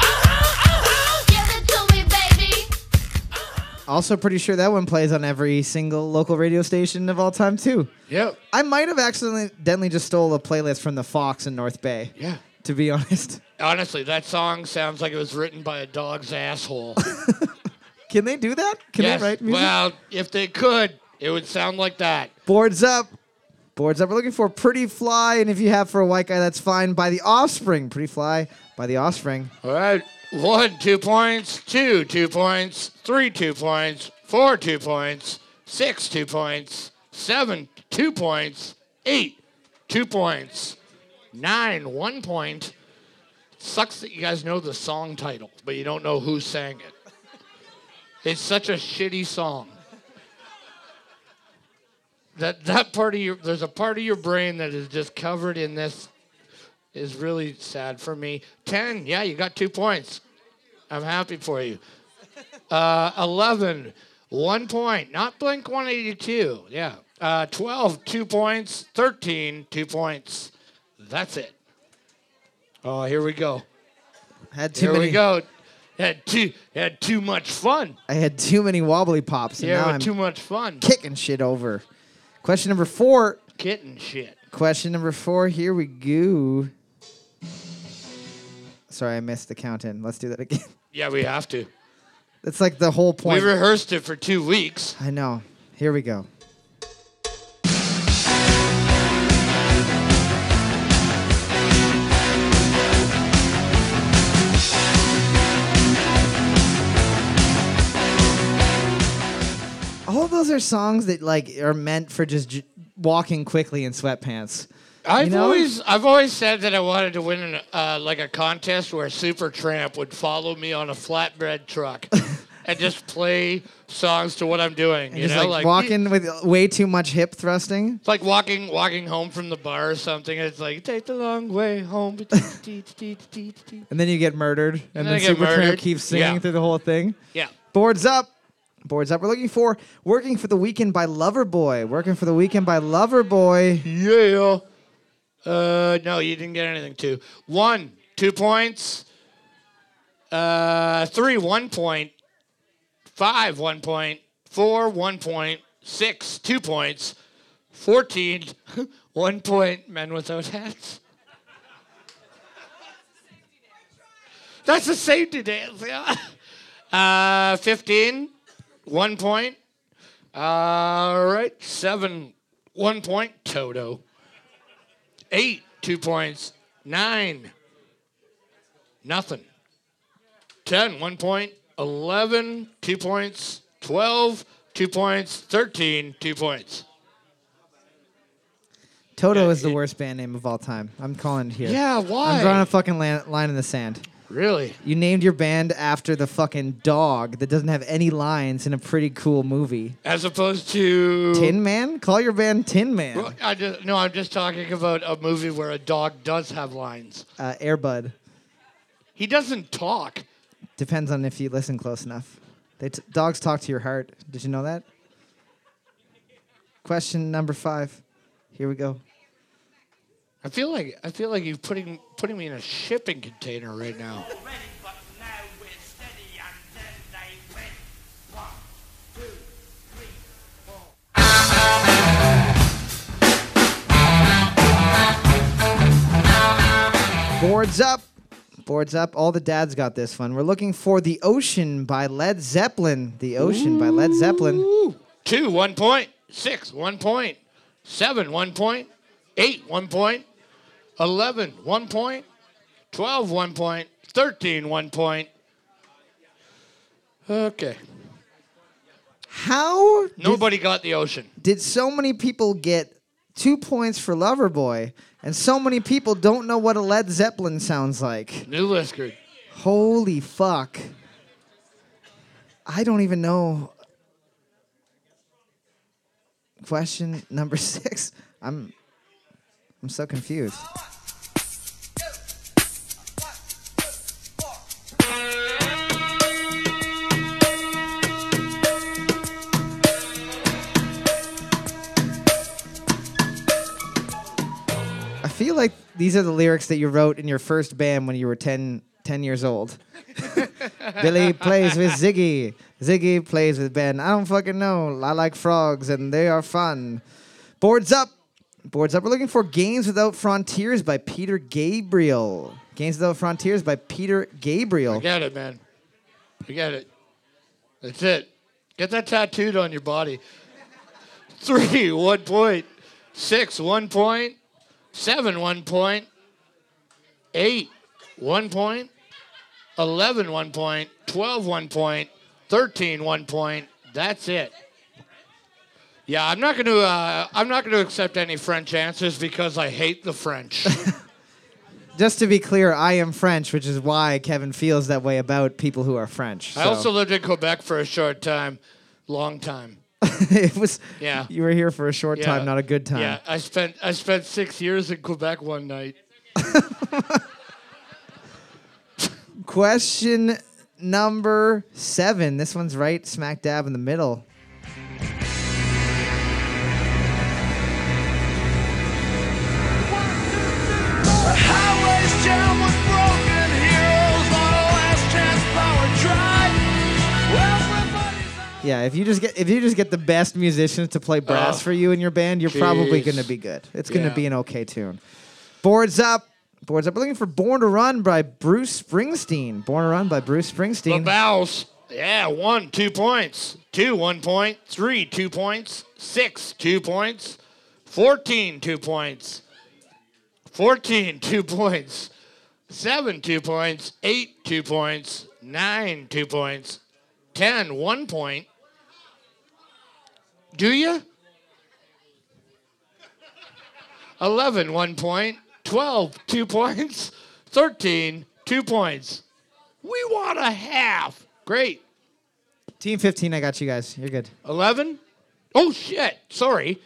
Uh-huh, uh-huh. Give it to me, baby. Also, pretty sure that one plays on every single local radio station of all time, too. Yep. I might have accidentally just stole a playlist from the Fox in North Bay, Yeah. to be honest. Honestly, that song sounds like it was written by a dog's asshole. Can they do that? Can Yes. they write music? Well, if they could, it would sound like that. Boards up. Boards up. We're looking for Pretty Fly, and if you have for a white guy, that's fine. By the Offspring. Pretty Fly by the Offspring. All right. One, two points. Two, two points. Three, two points. Four, two points. Six, two points. Seven, two points. Eight, two points. Nine, one point. Sucks that you guys know the song title, but you don't know who sang it. It's such a shitty song. That that part of your there's a part of your brain that is just covered in this is really sad for me. 10, yeah, you got two points. I'm happy for you. Uh, 11, one point. Not Blink 182, yeah. Uh, 12, two points. 13, two points. That's it. Oh, here we go. Had too Here many. we go. Had too, had too much fun. I had too many wobbly pops, and Yeah, now had I'm too much fun. kicking shit over. Question number four. Kitten shit. Question number four. Here we go. Sorry, I missed the count in. Let's do that again. Yeah, we have to. That's like the whole We point. rehearsed it for two weeks. I know. Here we go. All those are songs that like are meant for just j- walking quickly in sweatpants. I've You know? always I've always said that I wanted to win an, uh, like a contest where Super Tramp would follow me on a flatbread truck and just play songs to what I'm doing. you just know, like, like walking with way too much hip thrusting. It's like walking walking home from the bar or something. And it's like take the long way home. Teet, teet, teet, teet, teet. And then you get murdered, and, then I then, get Supertramp murdered. keeps singing Yeah. through the whole thing. yeah, Boards up. Boards up. We're looking for Working for the Weekend by Loverboy. Working for the Weekend by Loverboy. yeah. Uh, no, you didn't get anything. Two, one, two points. Uh, three, one point. Five, one point. Four, one point. Six, two points. Fourteen, one point. Men without hats. That's the safety dance. Yeah. Uh, fifteen, one point. All right, seven, one point. Toto. Eight, two points. Nine, nothing. Ten, one point. Eleven, two points. Twelve, two points. Thirteen, two points. Toto Yeah, is the it- worst band name of all time. I'm calling it here. Yeah, why? I'm drawing a fucking lan- line in the sand. really? You named your band after the fucking dog that doesn't have any lines in a pretty cool movie. As opposed to Tin Man? Call your band Tin Man. Well, I just, no, I'm just talking about a movie where a dog does have lines. Uh, Airbud. He doesn't talk. Depends on if you listen close enough. They t- dogs talk to your heart. Did you know that? Question number five. Here we go. I feel like I feel like you're putting putting me in a shipping container right now. ready, but now we're steady, and then they went one, two, three, four. Boards up. Boards up. All the dads got this one. We're looking for The Ocean by Led Zeppelin. The Ocean by Led Zeppelin. Woo. Two, one point. Six, one point. Seven, one point. Eight, one point. Eleven, one point. Twelve, one point. Thirteen, one point. Okay. How Nobody got the ocean. did so many people get two points for Loverboy and so many people don't know what a Led Zeppelin sounds like? New Liskard. Holy fuck. I don't even know. Question number six. I'm I'm so confused. I feel like these are the lyrics that you wrote in your first band when you were 10, 10 years old. Billy plays with Ziggy. Ziggy plays with Ben. I don't fucking know. I like frogs and they are fun. Boards up. Boards up. We're looking for Games Without Frontiers by Peter Gabriel. Games Without Frontiers by Peter Gabriel. Get it, man. You get it. That's it. Get that tattooed on your body. Three, one point. Six, one point. Seven, one point. Eight, one point. Eleven, one point. Twelve, one point. Thirteen, one point. That's it. Yeah, I'm not gonna. Uh, I'm not gonna accept any French answers because I hate the French. Just to be clear, I am French, which is why Kevin feels that way about people who are French. I So, also lived in Quebec for a short time, long time. it was Yeah. you were here for a short time, not a good time. Yeah, I spent I spent six years in Quebec one night. Question number seven. This one's right smack dab in the middle. Highways jammed with broken heroes on a last chance power drive. Everybody's out. Yeah, if you just get if you just get the best musicians to play brass Oh, for you in your band, you're probably jeez. gonna be good. It's gonna Yeah. be an okay tune. Boards up. Boards up. We're looking for Born to Run by Bruce Springsteen. Born to Run by Bruce Springsteen. LaBouse. Yeah, one, two points. Two, one point. Three, two points. Six, two points. Fourteen, two points. Fourteen, two points. Seven, two points. Eight, two points. Nine, two points. Ten, one point. Do you? Eleven, one point. Twelve, two points. Thirteen, two points. We want a half. Great. Team 15, I got you guys. You're good. 11? Oh, shit. Sorry.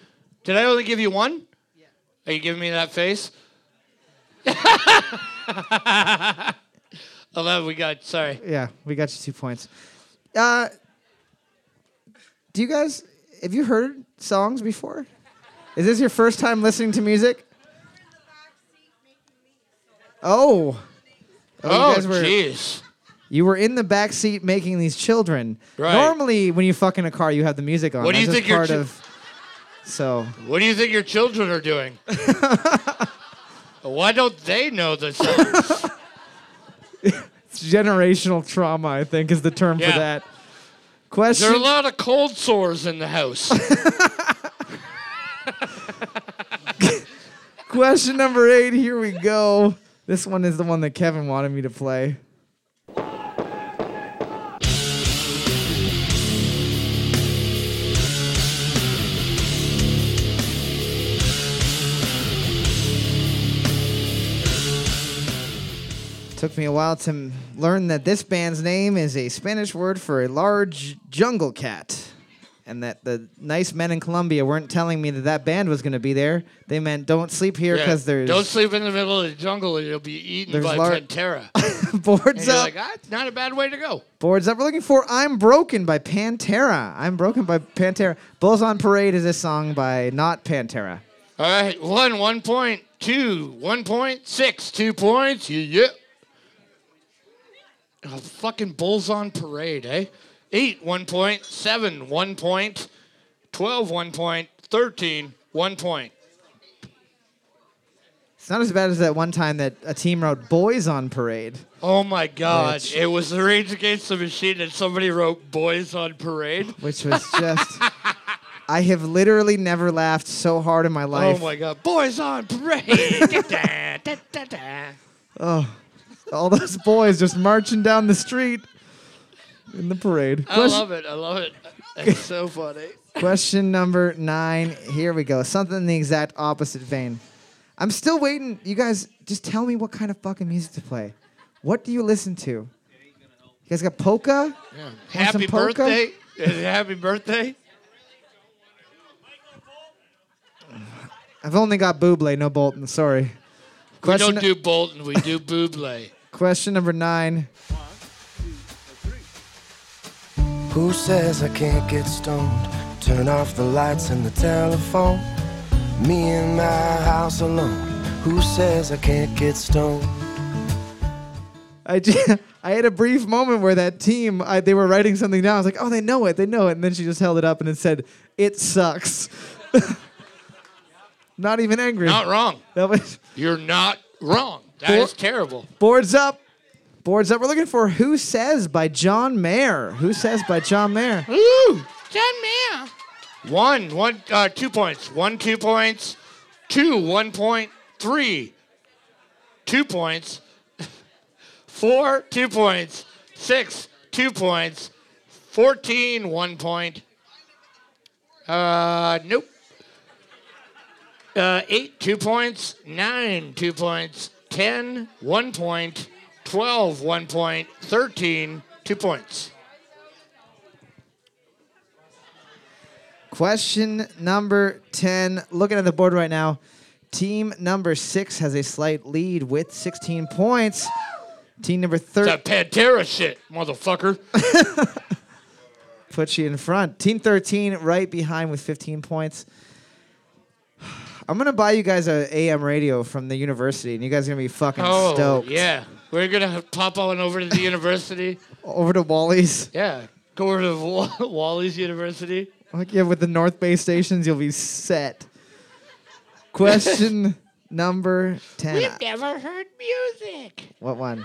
Did I only give you one? Are you giving me that face? 11 we got. Sorry. Yeah, we got you two points. Uh, do you guys have you heard songs before? Is this your first time listening to music? Oh, Oh, you guys were jeez. you were in the back seat making these children. Right. Normally, when you fuck in a car, you have the music on. What do you That's just think your part chi- of? So What do you think your children are doing? Why don't they know the songs? it's generational trauma, I think, is the term Yeah. for that. there are a Question lot of cold sores in the house. question number eight. Here we go. This one is the one that Kevin wanted me to play. Took me a while to m- learn that this band's name is a Spanish word for a large jungle cat. And that the nice men in Colombia weren't telling me that that band was going to be there. They meant don't sleep here Yeah. because there's Don't sleep in the middle of the jungle or you'll be eaten There's by lar- Pantera. And boards you're up. like, ah, not a bad way to go. boards up. We're looking for I'm Broken by Pantera. I'm Broken by Pantera. Bulls on Parade is a song by not Pantera. All right, one, one point, two, one point, six, two points. Yeah. yeah. A fucking bulls on parade, eh? Eight, one point, seven, one point, 12, one point, 13, one point. It's not as bad as that one time that a team wrote "Boys on Parade." Oh my God. Rich. It was the Rage Against the Machine, and somebody wrote Boys on Parade. which was just I have literally never laughed so hard in my life. Oh my God. Boys on Parade. Da, da, da, da. All those boys just marching down the street in the parade. I Question- love it. I love it. It's so funny. Question number nine. Here we go. Something in the exact opposite vein. I'm still waiting. You guys, just tell me what kind of fucking music to play. What do you listen to? You guys got polka? Happy some polka? birthday. Is it happy birthday? I've only got Buble, no Bolton. Sorry. we Question, don't do Bolton. We do Buble. question number nine. Who says I can't get stoned? Turn off the lights and the telephone. Me in my house alone. Who says I can't get stoned? I, ju- I had a brief moment where that team, I, they were writing something down. I was like, oh, they know it, they know it. And then she just held it up and it said, it sucks. Not even angry. Not wrong. That was You're not wrong. That Four- is terrible. boards up. Boards up. We're looking for Who Says by John Mayer. Who Says by John Mayer. Ooh, John Mayer. One, one, uh, two points. One, two points. Two, one point. Three, two points. Four, two points. Six, two points. Fourteen, one point. Uh, nope. Uh, eight, two points. Nine, two points. Ten, one point. Twelve, one point. Thirteen, two points. Question number 10. Looking at the board right now, team number six has a slight lead with 16 points. Team number 13. That Pantera shit, motherfucker. Put you in front. Team 13 right behind with 15 points. I'm going to buy you guys a AM radio from the university, and you guys are going to be fucking oh, stoked. yeah. We're going to pop on over to the university. Over to Wally's. Yeah. Go over to Wa- Wally's University. Like, yeah, with the North Bay stations, you'll be set. Question number 10. never heard music. What one?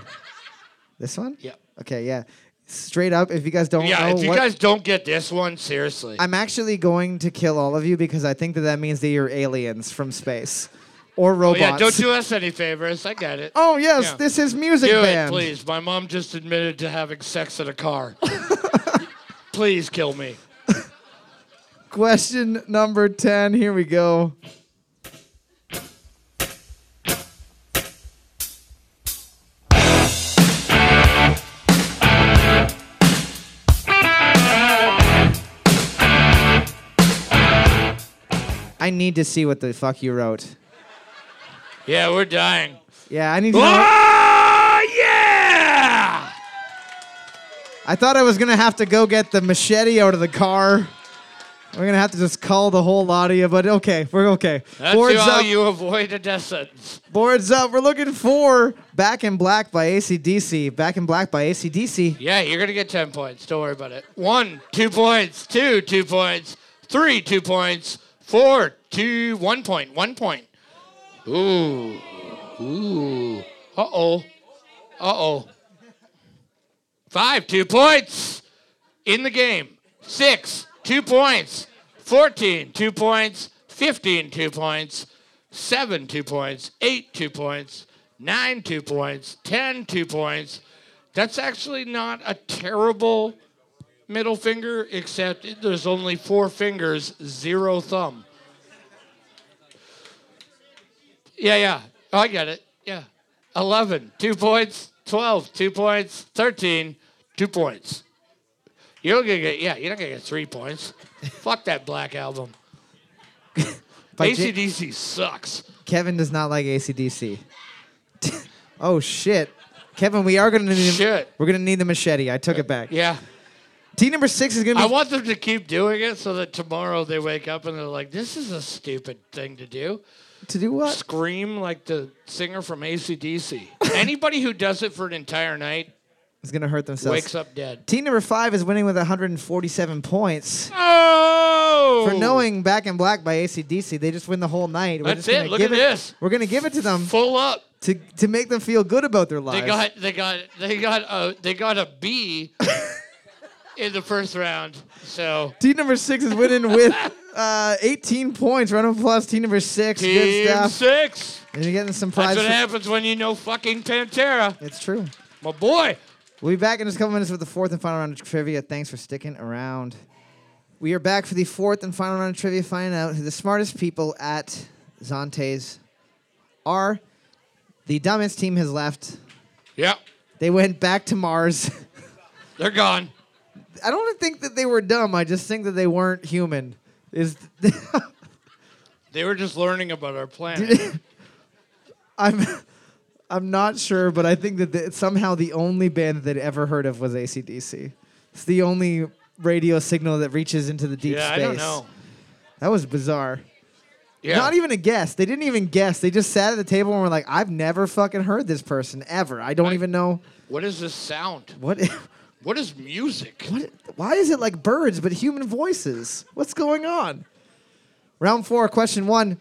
This one? Yeah. Okay, yeah. Straight up, if you guys don't Yeah, know if you what- guys don't get this one, seriously. I'm actually going to kill all of you because I think that that means that you're aliens from space or But robots. Oh, yeah, don't do us any favors. I got it. Oh yes, Yeah. this is music do band. it, please. My mom just admitted to having sex in a car. please kill me. Question number 10. Here we go. I need to see what the fuck you wrote. Yeah, we're dying. Yeah, I need to know. Oh, yeah! I thought I was going to have to go get the machete out of the car. We're going to have to just call the whole lot of you, but okay, we're okay. That's Boards how up. you avoid a death sentence. Boards up. We're looking for Back in Black by ACDC. Back in Black by ACDC. Yeah, you're gonna get ten points. Don't worry about it. One, two points. Two, two points. Three, two points. Four, two, one point. One point. Ooh, ooh. Uh oh. Uh oh. Five, two points. In the game. Six, two points. Fourteen, two points. Fifteen, two points. Seven, two points. Eight, two points. Nine, two points. Ten, two points. That's actually not a terrible middle finger, except it- there's only four fingers, zero thumb. Yeah, yeah. Oh, I get it. Yeah. 11, two points. 12, two points. 13, two points. You're going to get, yeah, you're not going to get three points. Fuck that black album. By J- ACDC sucks. Kevin does not like ACDC. oh shit. Kevin, we are gonna need Shit. we're gonna need the machete. I took it back. Yeah. Tea number six is gonna be. I want them to keep doing it so that tomorrow they wake up and they're like, this is a stupid thing to do. to do what? Scream like the singer from ACDC. Anybody who does it for an entire night It's gonna hurt themselves. wakes up dead. Team number five is winning with 147 points. Oh! For knowing Back in Black by ACDC, they just win the whole night. We're That's just gonna it. Look give at this. We're going to give it to them Full up. to, to make them feel good about their lives. They got they got they got a they got a B in the first round. So team number six is winning with uh, 18 points. Round of applause, team number six. good team stuff. six. And you're getting some That's prizes. what happens when you know fucking Pantera, It's true. my boy. We'll be back in just a couple minutes with the fourth and final round of trivia. Thanks for sticking around. We are back for the fourth and final round of trivia. Find out who the smartest people at Zantes are. The dumbest team has left. Yeah, They went back to Mars. they're gone. I don't think that they were dumb. I just think that they weren't human. Is They were just learning about our planet. I'm I'm not sure, but I think that the, somehow the only band that they'd ever heard of was ACDC. It's the only radio signal that reaches into the deep yeah, I space. don't know. That was bizarre. Yeah, Not even a guess. They didn't even guess. They just sat at the table and were like, "I've never fucking heard this person ever. I don't I- even know What is this sound? what, What is music? what. Why is it like birds but human voices? What's going on?" Round four, question one.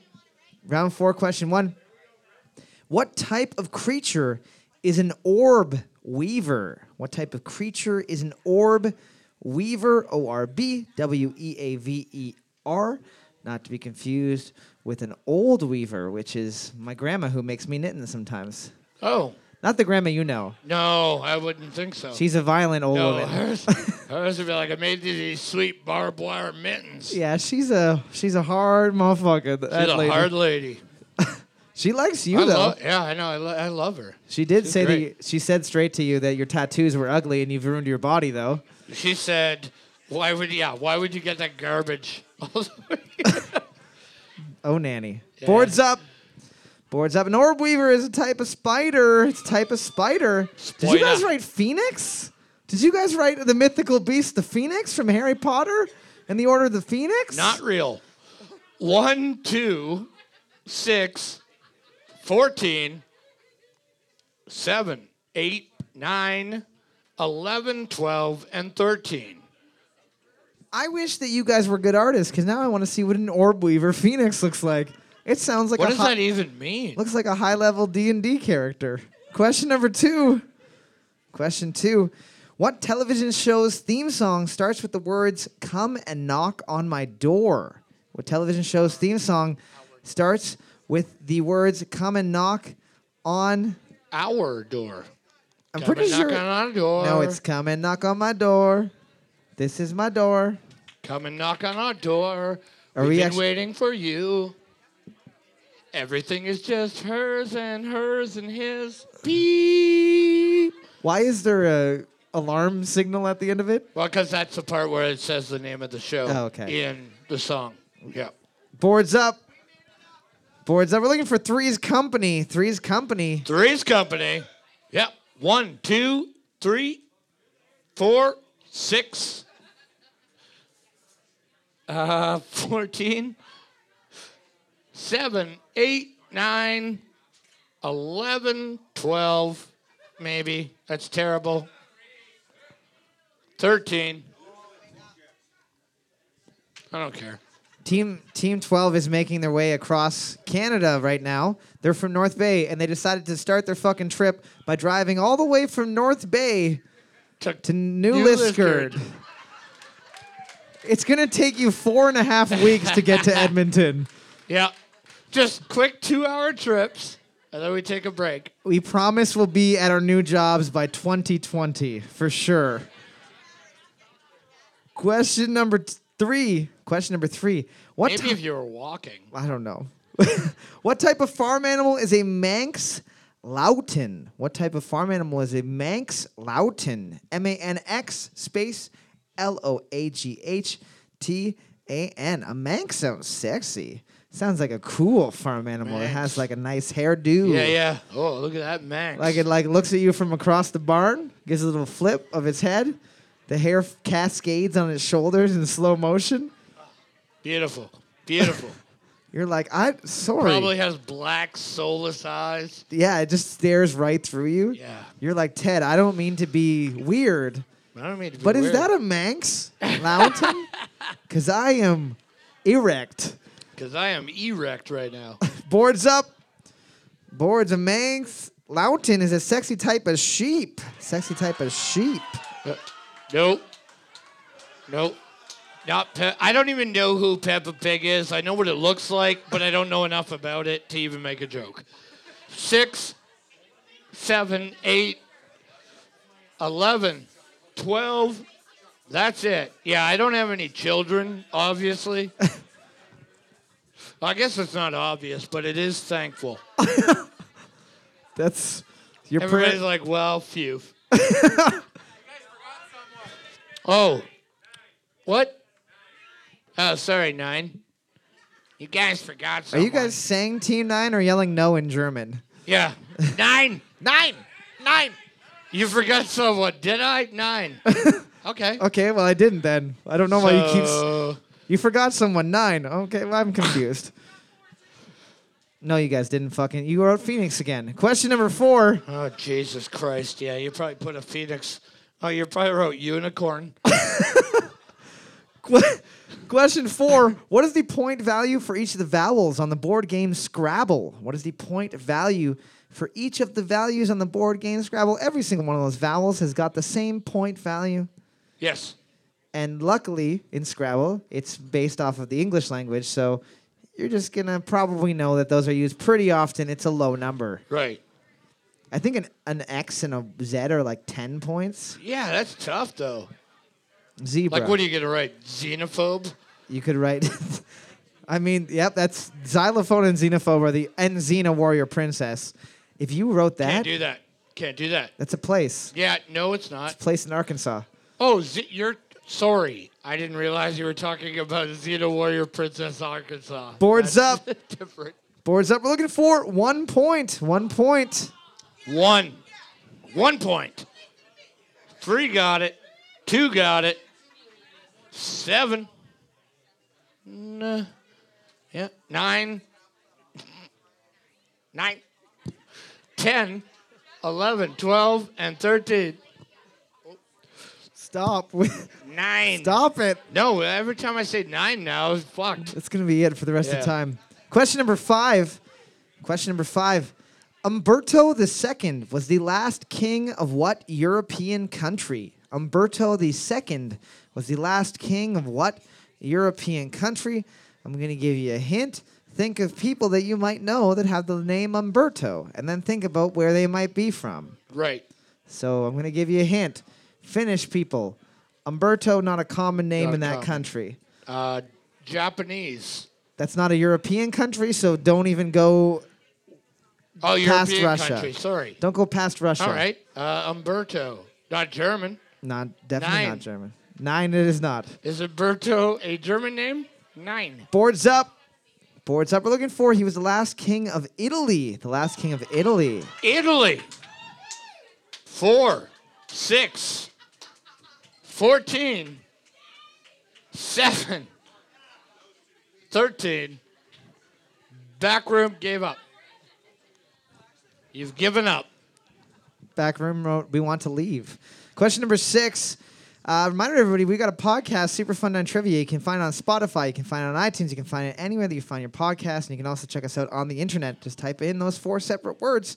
Round four, question one. What type of creature is an orb weaver? What type of creature is an orb weaver? O R B W E A V E R. Not to be confused with an old weaver, which is my grandma who makes me knitting sometimes. Oh Not the grandma you know. no, I wouldn't think so. She's a violent old no, woman. hers, hers would be like I made you these sweet barbed wire mittens. Yeah, she's a she's a hard motherfucker. th- She's that a lady. hard lady. She likes you I though. love, yeah, I know. I, lo- I love her. she did she's say that great. you- she said straight to you that your tattoos were ugly and you've ruined your body though. She said, "Why would yeah? Why would you get that garbage?" all over you?" Oh, nanny. Yeah. Boards up. Boards up. An orb weaver is a type of spider. It's a type of spider. Did you Spoiler. guys write Phoenix? Did you guys write the mythical beast, the Phoenix from Harry Potter and the Order of the Phoenix? Not real. One, two, six, fourteen, seven, eight, nine, eleven, twelve, and thirteen. I wish that you guys were good artists because now I want to see what an orb weaver Phoenix looks like. It sounds like What a does hi- that even mean? looks like a high level D and D character. Question number two. Question two. What television show's theme song starts with the words "Come and knock on my door"? What television show's theme song starts with the words "Come and knock on"? Our door. I'm Come pretty and knock sure. on our door. No, it's "Come and knock on my door." This is my door. come and knock on our door. Are We've we been actu- waiting for you. Everything is just hers and hers and his. Beep. Why is there a alarm signal at the end of it? Well, because that's the part where it says the name of the show Oh, okay. in the song. Yeah. Boards up. Boards up. We're looking for Three's Company. Three's Company. Three's Company. Yep. One, two, three, four, six, uh, 14, seven, eight, nine, 11, 12, maybe. That's terrible. 13. I don't care. Team Team 12 is making their way across Canada right now. They're from North Bay and they decided to start their fucking trip by driving all the way from North Bay Took to New, New Liskard. Liskard. It's gonna take you four and a half weeks to get to Edmonton. Yeah. Just quick two hour trips, and then we take a break. We promise we'll be at our new jobs by 2020 for sure. Question number t- three. Question number three. What Maybe ti- if you were walking. I don't know. what type of farm animal is a Manx Loughton? What type of farm animal is a Manx Loughton? M A N X space L O A G H T A N. A Manx sounds sexy. Sounds like a cool farm animal. It has Manx. like a nice hairdo. Yeah, yeah. Oh, look at that Max. Like it like looks at you from across the barn, gives a little flip of its head, The hair f- cascades on his shoulders in slow motion. Beautiful. Beautiful. You're like, I sorry. Probably has black, soulless eyes. Yeah, it just stares right through you. Yeah. You're like, Ted, I don't mean to be weird, I don't mean to be but is weird. that a Manx mountain? Because I am erect. Because I am erect right now. Boards up. Boards a Manx. Loughton is a sexy type of sheep. Sexy type of sheep. Uh, nope. Nope. Not Pe- I don't even know who Peppa Pig is. I know what it looks like, but I don't know enough about it to even make a joke. Six, seven, eight, eleven, twelve. That's it. Yeah, I don't have any children, obviously. I guess it's not obvious, but it is thankful. That's your Everybody's prayer. like, well, phew. oh. What? Oh, sorry, nine. You guys forgot Are something. you guys saying Team Nine or yelling no in German? Yeah. Nine. Nine. Nine. You forgot someone, did I? Nine. Okay. Okay, well I didn't then. I don't know why you keep. s- So, You forgot someone. Nine. Okay, well I'm confused. no, you guys didn't fucking. You wrote Phoenix again. Question number four. Oh, Jesus Christ. Yeah, you probably put a phoenix. Oh, you probably wrote unicorn. Que- Question four. What is the point value for each of the vowels on the board game Scrabble? What is the point value for each of the values on the board game Scrabble? Every single one of those vowels has got the same point value. yes. And luckily, in Scrabble, it's based off of the English language, so you're just gonna probably know that those are used pretty often. It's a low number. Right. I think an, an X and a Z are like 10 points. Yeah, that's tough, though. Zebra. Like, what are you going to write? Xenophobe? You could write. I mean, yep, that's xylophone and xenophobe are the and Xena warrior princess. If you wrote that, Can't do that. Can't do that. that's a place. Yeah, no, it's not. Place in Arkansas. Oh, Z- you're sorry. I didn't realize you were talking about Xena Warrior Princess Arkansas. Boards That's up. different. Boards up. We're looking for one point. One point. One. One point. Three got it. Two got it. Seven. Nah. Yeah. Nine. Nine. Ten. Eleven. Twelve. And thirteen. Stop. with- Nine. Stop it. No, every time I say nine now, it's fucked. That's gonna be it for the rest of Yeah. the time. Question number five. Question number five. Umberto II was the last king of what European country? Umberto II was the last king of what European country? I'm gonna give you a hint. Think of people that you might know that have the name Umberto, and then think about where they might be from. Right. So I'm gonna give you a hint. Finnish people. Umberto, not a common name Not in that common. country. Uh, Japanese. That's not a European country, so don't even go. Oh, Past European Russia. country. Sorry. Don't go past Russia. All right. Uh, Umberto. Not German. Not definitely Nine. not German. Nine, it is not. Is Umberto a German name? Nine. Boards up. Boards up. We're looking for. He was the last king of Italy. The last king of Italy. Italy. Four. Six. Fourteen. Seven. Thirteen. Backroom gave up. You've given up. Back room wrote, "We want to leave." Question number six. Uh, reminder, everybody, we got a podcast, Super Fun Done Trivia. You can find it on Spotify, you can find it on iTunes, you can find it anywhere that you find your podcast, and you can also check us out on the internet. Just type in those four separate words,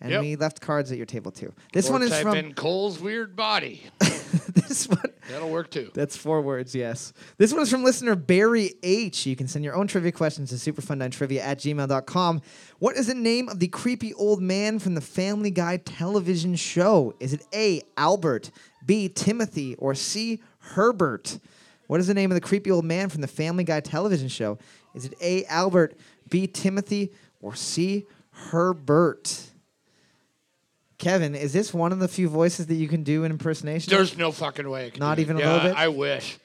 and Yep. we left cards at your table too. This Or one is type from in Cole's weird body. this one. That'll work too. That's four words, yes. This one is from listener Barry H. You can send your own trivia questions to superfundinetrivia at gmail.com. What is the name of the creepy old man from the Family Guy television show? Is it A, Albert, B, Timothy, or C, Herbert? What is the name of the creepy old man from the Family Guy television show? Is it A, Albert, B, Timothy, or C, Herbert? Kevin, is this one of the few voices that you can do in impersonation? There's no fucking way. I can Not do it. even a yeah, little bit? I wish.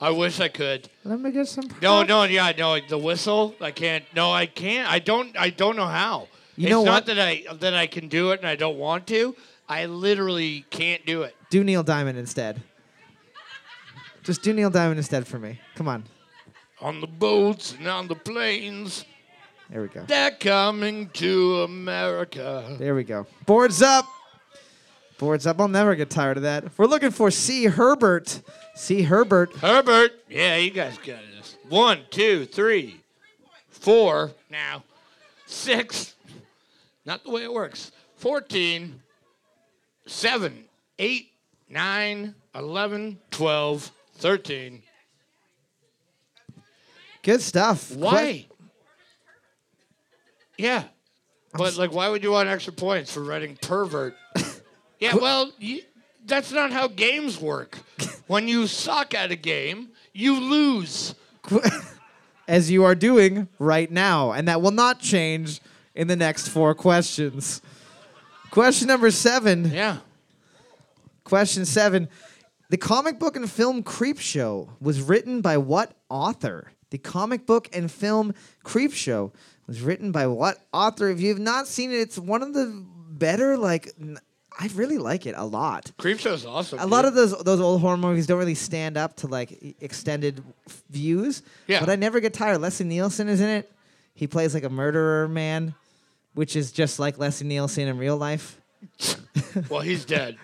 I wish I could. Let me get some. No, no, yeah, no. The whistle, I can't. No, I can't. I don't. I don't know how. You it's know not what? that I that I can do it and I don't want to. I literally can't do it. Do Neil Diamond instead. Just do Neil Diamond instead for me. Come on. On the boats and on the planes, There we go. they're coming to America. There we go. Boards up. Boards up. I'll never get tired of that. We're looking for C. Herbert. C. Herbert. Herbert, yeah, you guys got this. One, two, three, four, now, six, not the way it works. 14, 7, 8, 9, 11, 12, 13. Good stuff. Why? Yeah. But like, why would you want extra points for writing pervert? yeah, well, you, that's not how games work. when you suck at a game, you lose. Que- As you are doing right now. And that will not change in the next four questions. Question number seven. Yeah. Question seven. The comic book and film Creep Show was written by what author? The comic book and film Creep Show was written by what author? If you've not seen it, it's one of the better, like, n- I really like it a lot. Creepshow's awesome. A lot dude. of those those old horror movies don't really stand up to like e- extended f- views. Yeah. But I never get tired. Leslie Nielsen is in it. He plays like a murderer man, which is just like Leslie Nielsen in real life. Well, he's dead.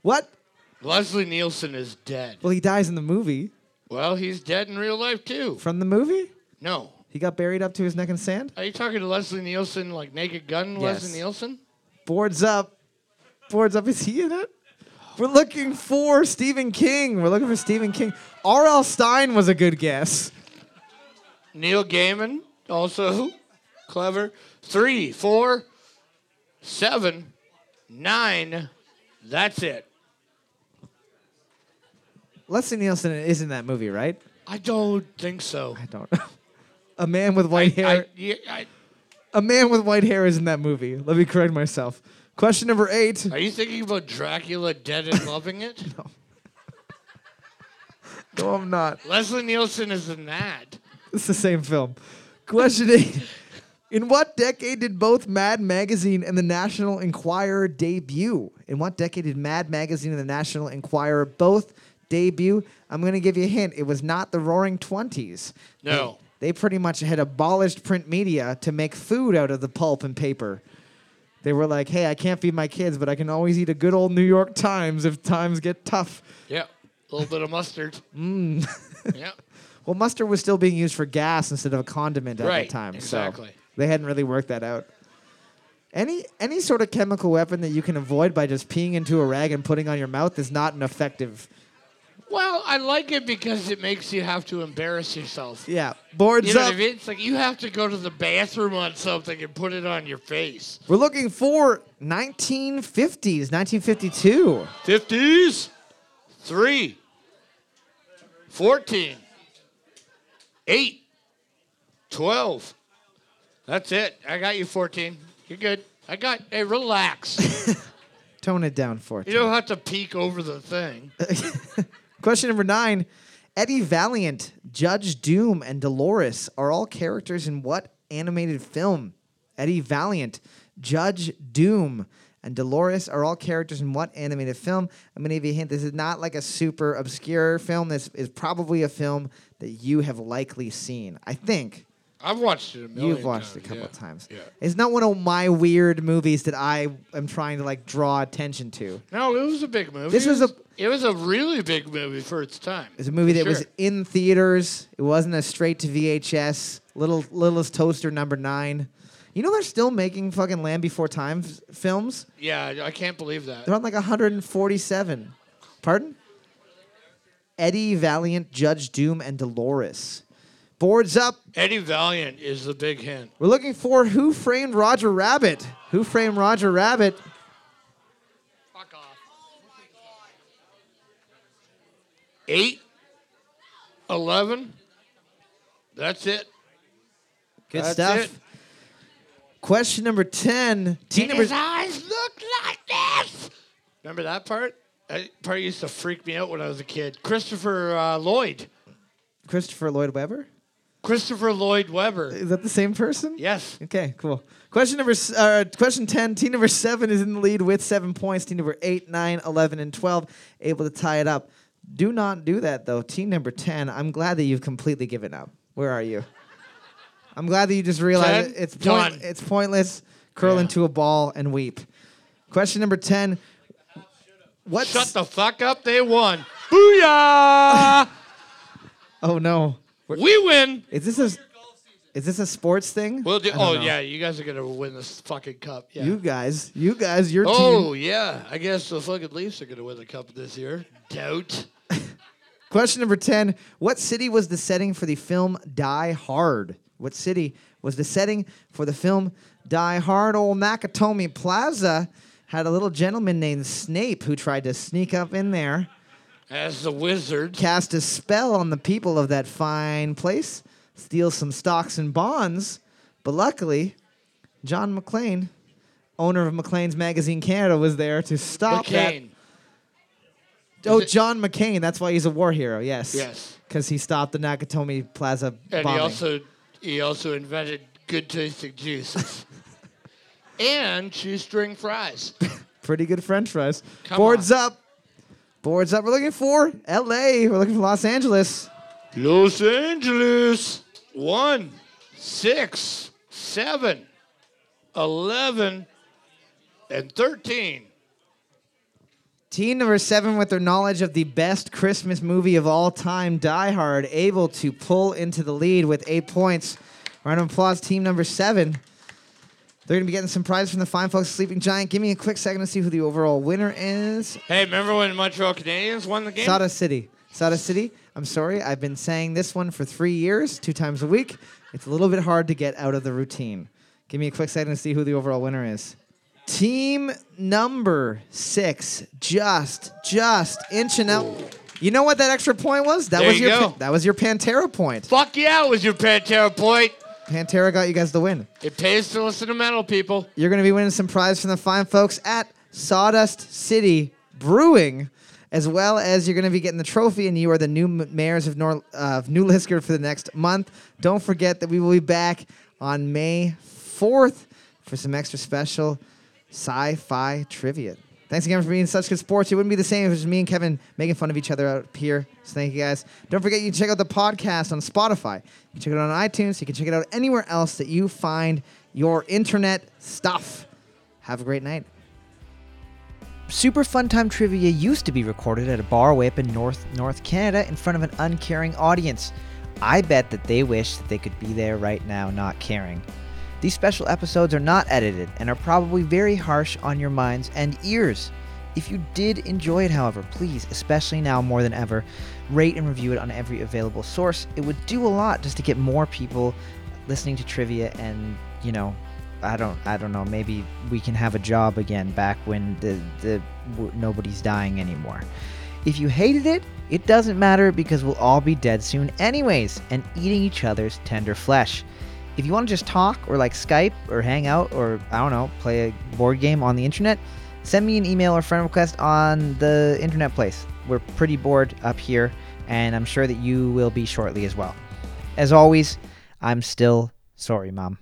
What? Leslie Nielsen is dead. Well, he dies in the movie. Well, he's dead in real life too. From the movie? No. He got buried up to his neck in sand? Are you talking to Leslie Nielsen like Naked Gun Yes. Leslie Nielsen? Boards up. Boards up. Is he in it? We're looking for Stephen King. We're looking for Stephen King. R.L. Stein was a good guess. Neil Gaiman, also clever. Three, four, seven, nine. That's it. Leslie Nielsen is in that movie, right? I don't think so. I don't know. A man with white I- hair. I- yeah, I- A man with white hair is in that movie. Let me correct myself. Question number eight. are you thinking about Dracula dead and loving it? No, I'm not. Leslie Nielsen is in that. It's the same film. Question eight. In what decade did both Mad Magazine and the National Enquirer debut? In what decade did Mad Magazine and the National Enquirer both debut? I'm going to give you a hint. It was not the Roaring Twenties. No. They pretty much had abolished print media to make food out of the pulp and paper. They were like, hey, I can't feed my kids, but I can always eat a good old New York Times if times get tough. Yeah. A little bit of mustard. Mm. yeah. Well, mustard was still being used for gas instead of a condiment at Right, that time. So exactly. they hadn't really worked that out. Any any sort of chemical weapon that you can avoid by just peeing into a rag and putting on your mouth is not an effective. Well, I like it because it makes you have to embarrass yourself. Yeah, boards You know up. what I mean? It's like you have to go to the bathroom on something and put it on your face. We're looking for 1950s, 1952. 50s. 3. 14. 8. 12. That's it. I got you 14. You're good. I got, hey, relax. Tone it down for you don't have to peek over the thing. Question number nine. Eddie Valiant, Judge Doom, and Dolores are all characters in what animated film? Eddie Valiant, Judge Doom, and Dolores are all characters in what animated film? I'm going to give you a hint. This is not like a super obscure film. This is probably a film that you have likely seen. I think I've watched it a million you've watched times, a couple yeah. of times. Yeah. It's not one of my weird movies that I am trying to like draw attention to. No, it was a big movie. This It was a- It was a really big movie for its time. It's a movie that was Sure. in theaters. It wasn't a straight to VHS. Little Littlest Toaster number nine. You know they're still making fucking Land Before Time f- films. Yeah, I- I can't believe that. They're on like 147. Pardon? Eddie Valiant, Judge Doom, and Dolores. Boards up. Eddie Valiant is the big hint. We're looking for Who Framed Roger Rabbit. Who Framed Roger Rabbit? Fuck off. Eight, eleven. That's it. Good That's stuff. it. Question number ten. Teen Did number. his eyes look like this? Remember that part? That part used to freak me out when I was a kid. Christopher uh, Lloyd. Christopher Lloyd Webber. Christopher Lloyd Webber. Is that the same person? Yes. Okay, cool. Question number, s- uh, question 10, team number 7 is in the lead with 7 points. Team number 8, 9, 11, and 12 able to tie it up. Do not do that though. Team number 10, I'm glad that you've completely given up. Where are you? I'm glad that you just realized Ten? it- it's Done. point, it's pointless curl Yeah. into a ball and weep. Question number 10. What Shut the fuck up. They won. Booyah! Oh no. we win. Is this a Is this a sports thing? We'll do. I don't Oh know. yeah, you guys are gonna win this fucking cup. Yeah. You guys, you guys, your team. oh yeah. I guess the fucking Leafs are gonna win the cup this year. Doubt. Question number 10. What city was the setting for the film Die Hard? What city was the setting for the film Die Hard? Old Nakatomi Plaza had a little gentleman named Snape who tried to sneak up in there, As the wizard. cast a spell on the people of that fine place, steal some stocks and bonds. But luckily, John McClane, owner of McClane's Magazine Canada, was there to stop that McCain. Oh, it- John McCain. That's why he's a war hero. Yes. Yes. Because he stopped the Nakatomi Plaza And bombing. he also he also invented good tasting juices. and shoestring fries. Pretty good French fries. Come Boards on. up. Boards up. We're looking for L.A. We're looking for Los Angeles. Los Angeles. One, six, seven, eleven, and thirteen. Team number seven, with their knowledge of the best Christmas movie of all time, Die Hard, able to pull into the lead with eight points. Round of applause, team number seven. They're going to be getting some prize from the fine folks at Sleeping Giant. Give me a quick second to see who the overall winner is. Hey, remember when Montreal Canadiens won the game? Sada City. Sada City. I'm sorry, I've been saying this one for three years, two times a week. It's a little bit hard to get out of the routine. Give me a quick second to see who the overall winner is. Team number six, just, just inching up. You know what that extra point was? That There was you your go. pa- that was your Pantera point. Fuck yeah, it was your Pantera point. Pantera got you guys the win. It pays to listen to metal, people. You're going to be winning some prize from the fine folks at Sawdust City Brewing, as well as you're going to be getting the trophy, and you are the new m- mayors of, Nor- uh, of New Lisker for the next month. Don't forget that we will be back on May 4th for some extra special sci fi trivia. Thanks again for being such good sports. It wouldn't be the same if it was me and Kevin making fun of each other out here. So thank you guys. Don't forget you can check out the podcast on Spotify. You can check it out on iTunes. You can check it out anywhere else that you find your internet stuff. Have a great night. Super Fun Time Trivia used to be recorded at a bar way up in North North Canada in front of an uncaring audience. I bet that they wish that they could be there right now not caring. These special episodes are not edited and are probably very harsh on your minds and ears. If you did enjoy it, however, please, especially now more than ever, rate and review it on every available source. It would do a lot just to get more people listening to trivia and, you know, I don't I don't know. Maybe we can have a job again back when the the w- nobody's dying anymore. If you hated it, it doesn't matter because we'll all be dead soon anyways and eating each other's tender flesh. If you want to just talk or like Skype or hang out or I don't know, play a board game on the internet, send me an email or friend request on the internet place. We're pretty bored up here and I'm sure that you will be shortly as well. As always, I'm still sorry, mom.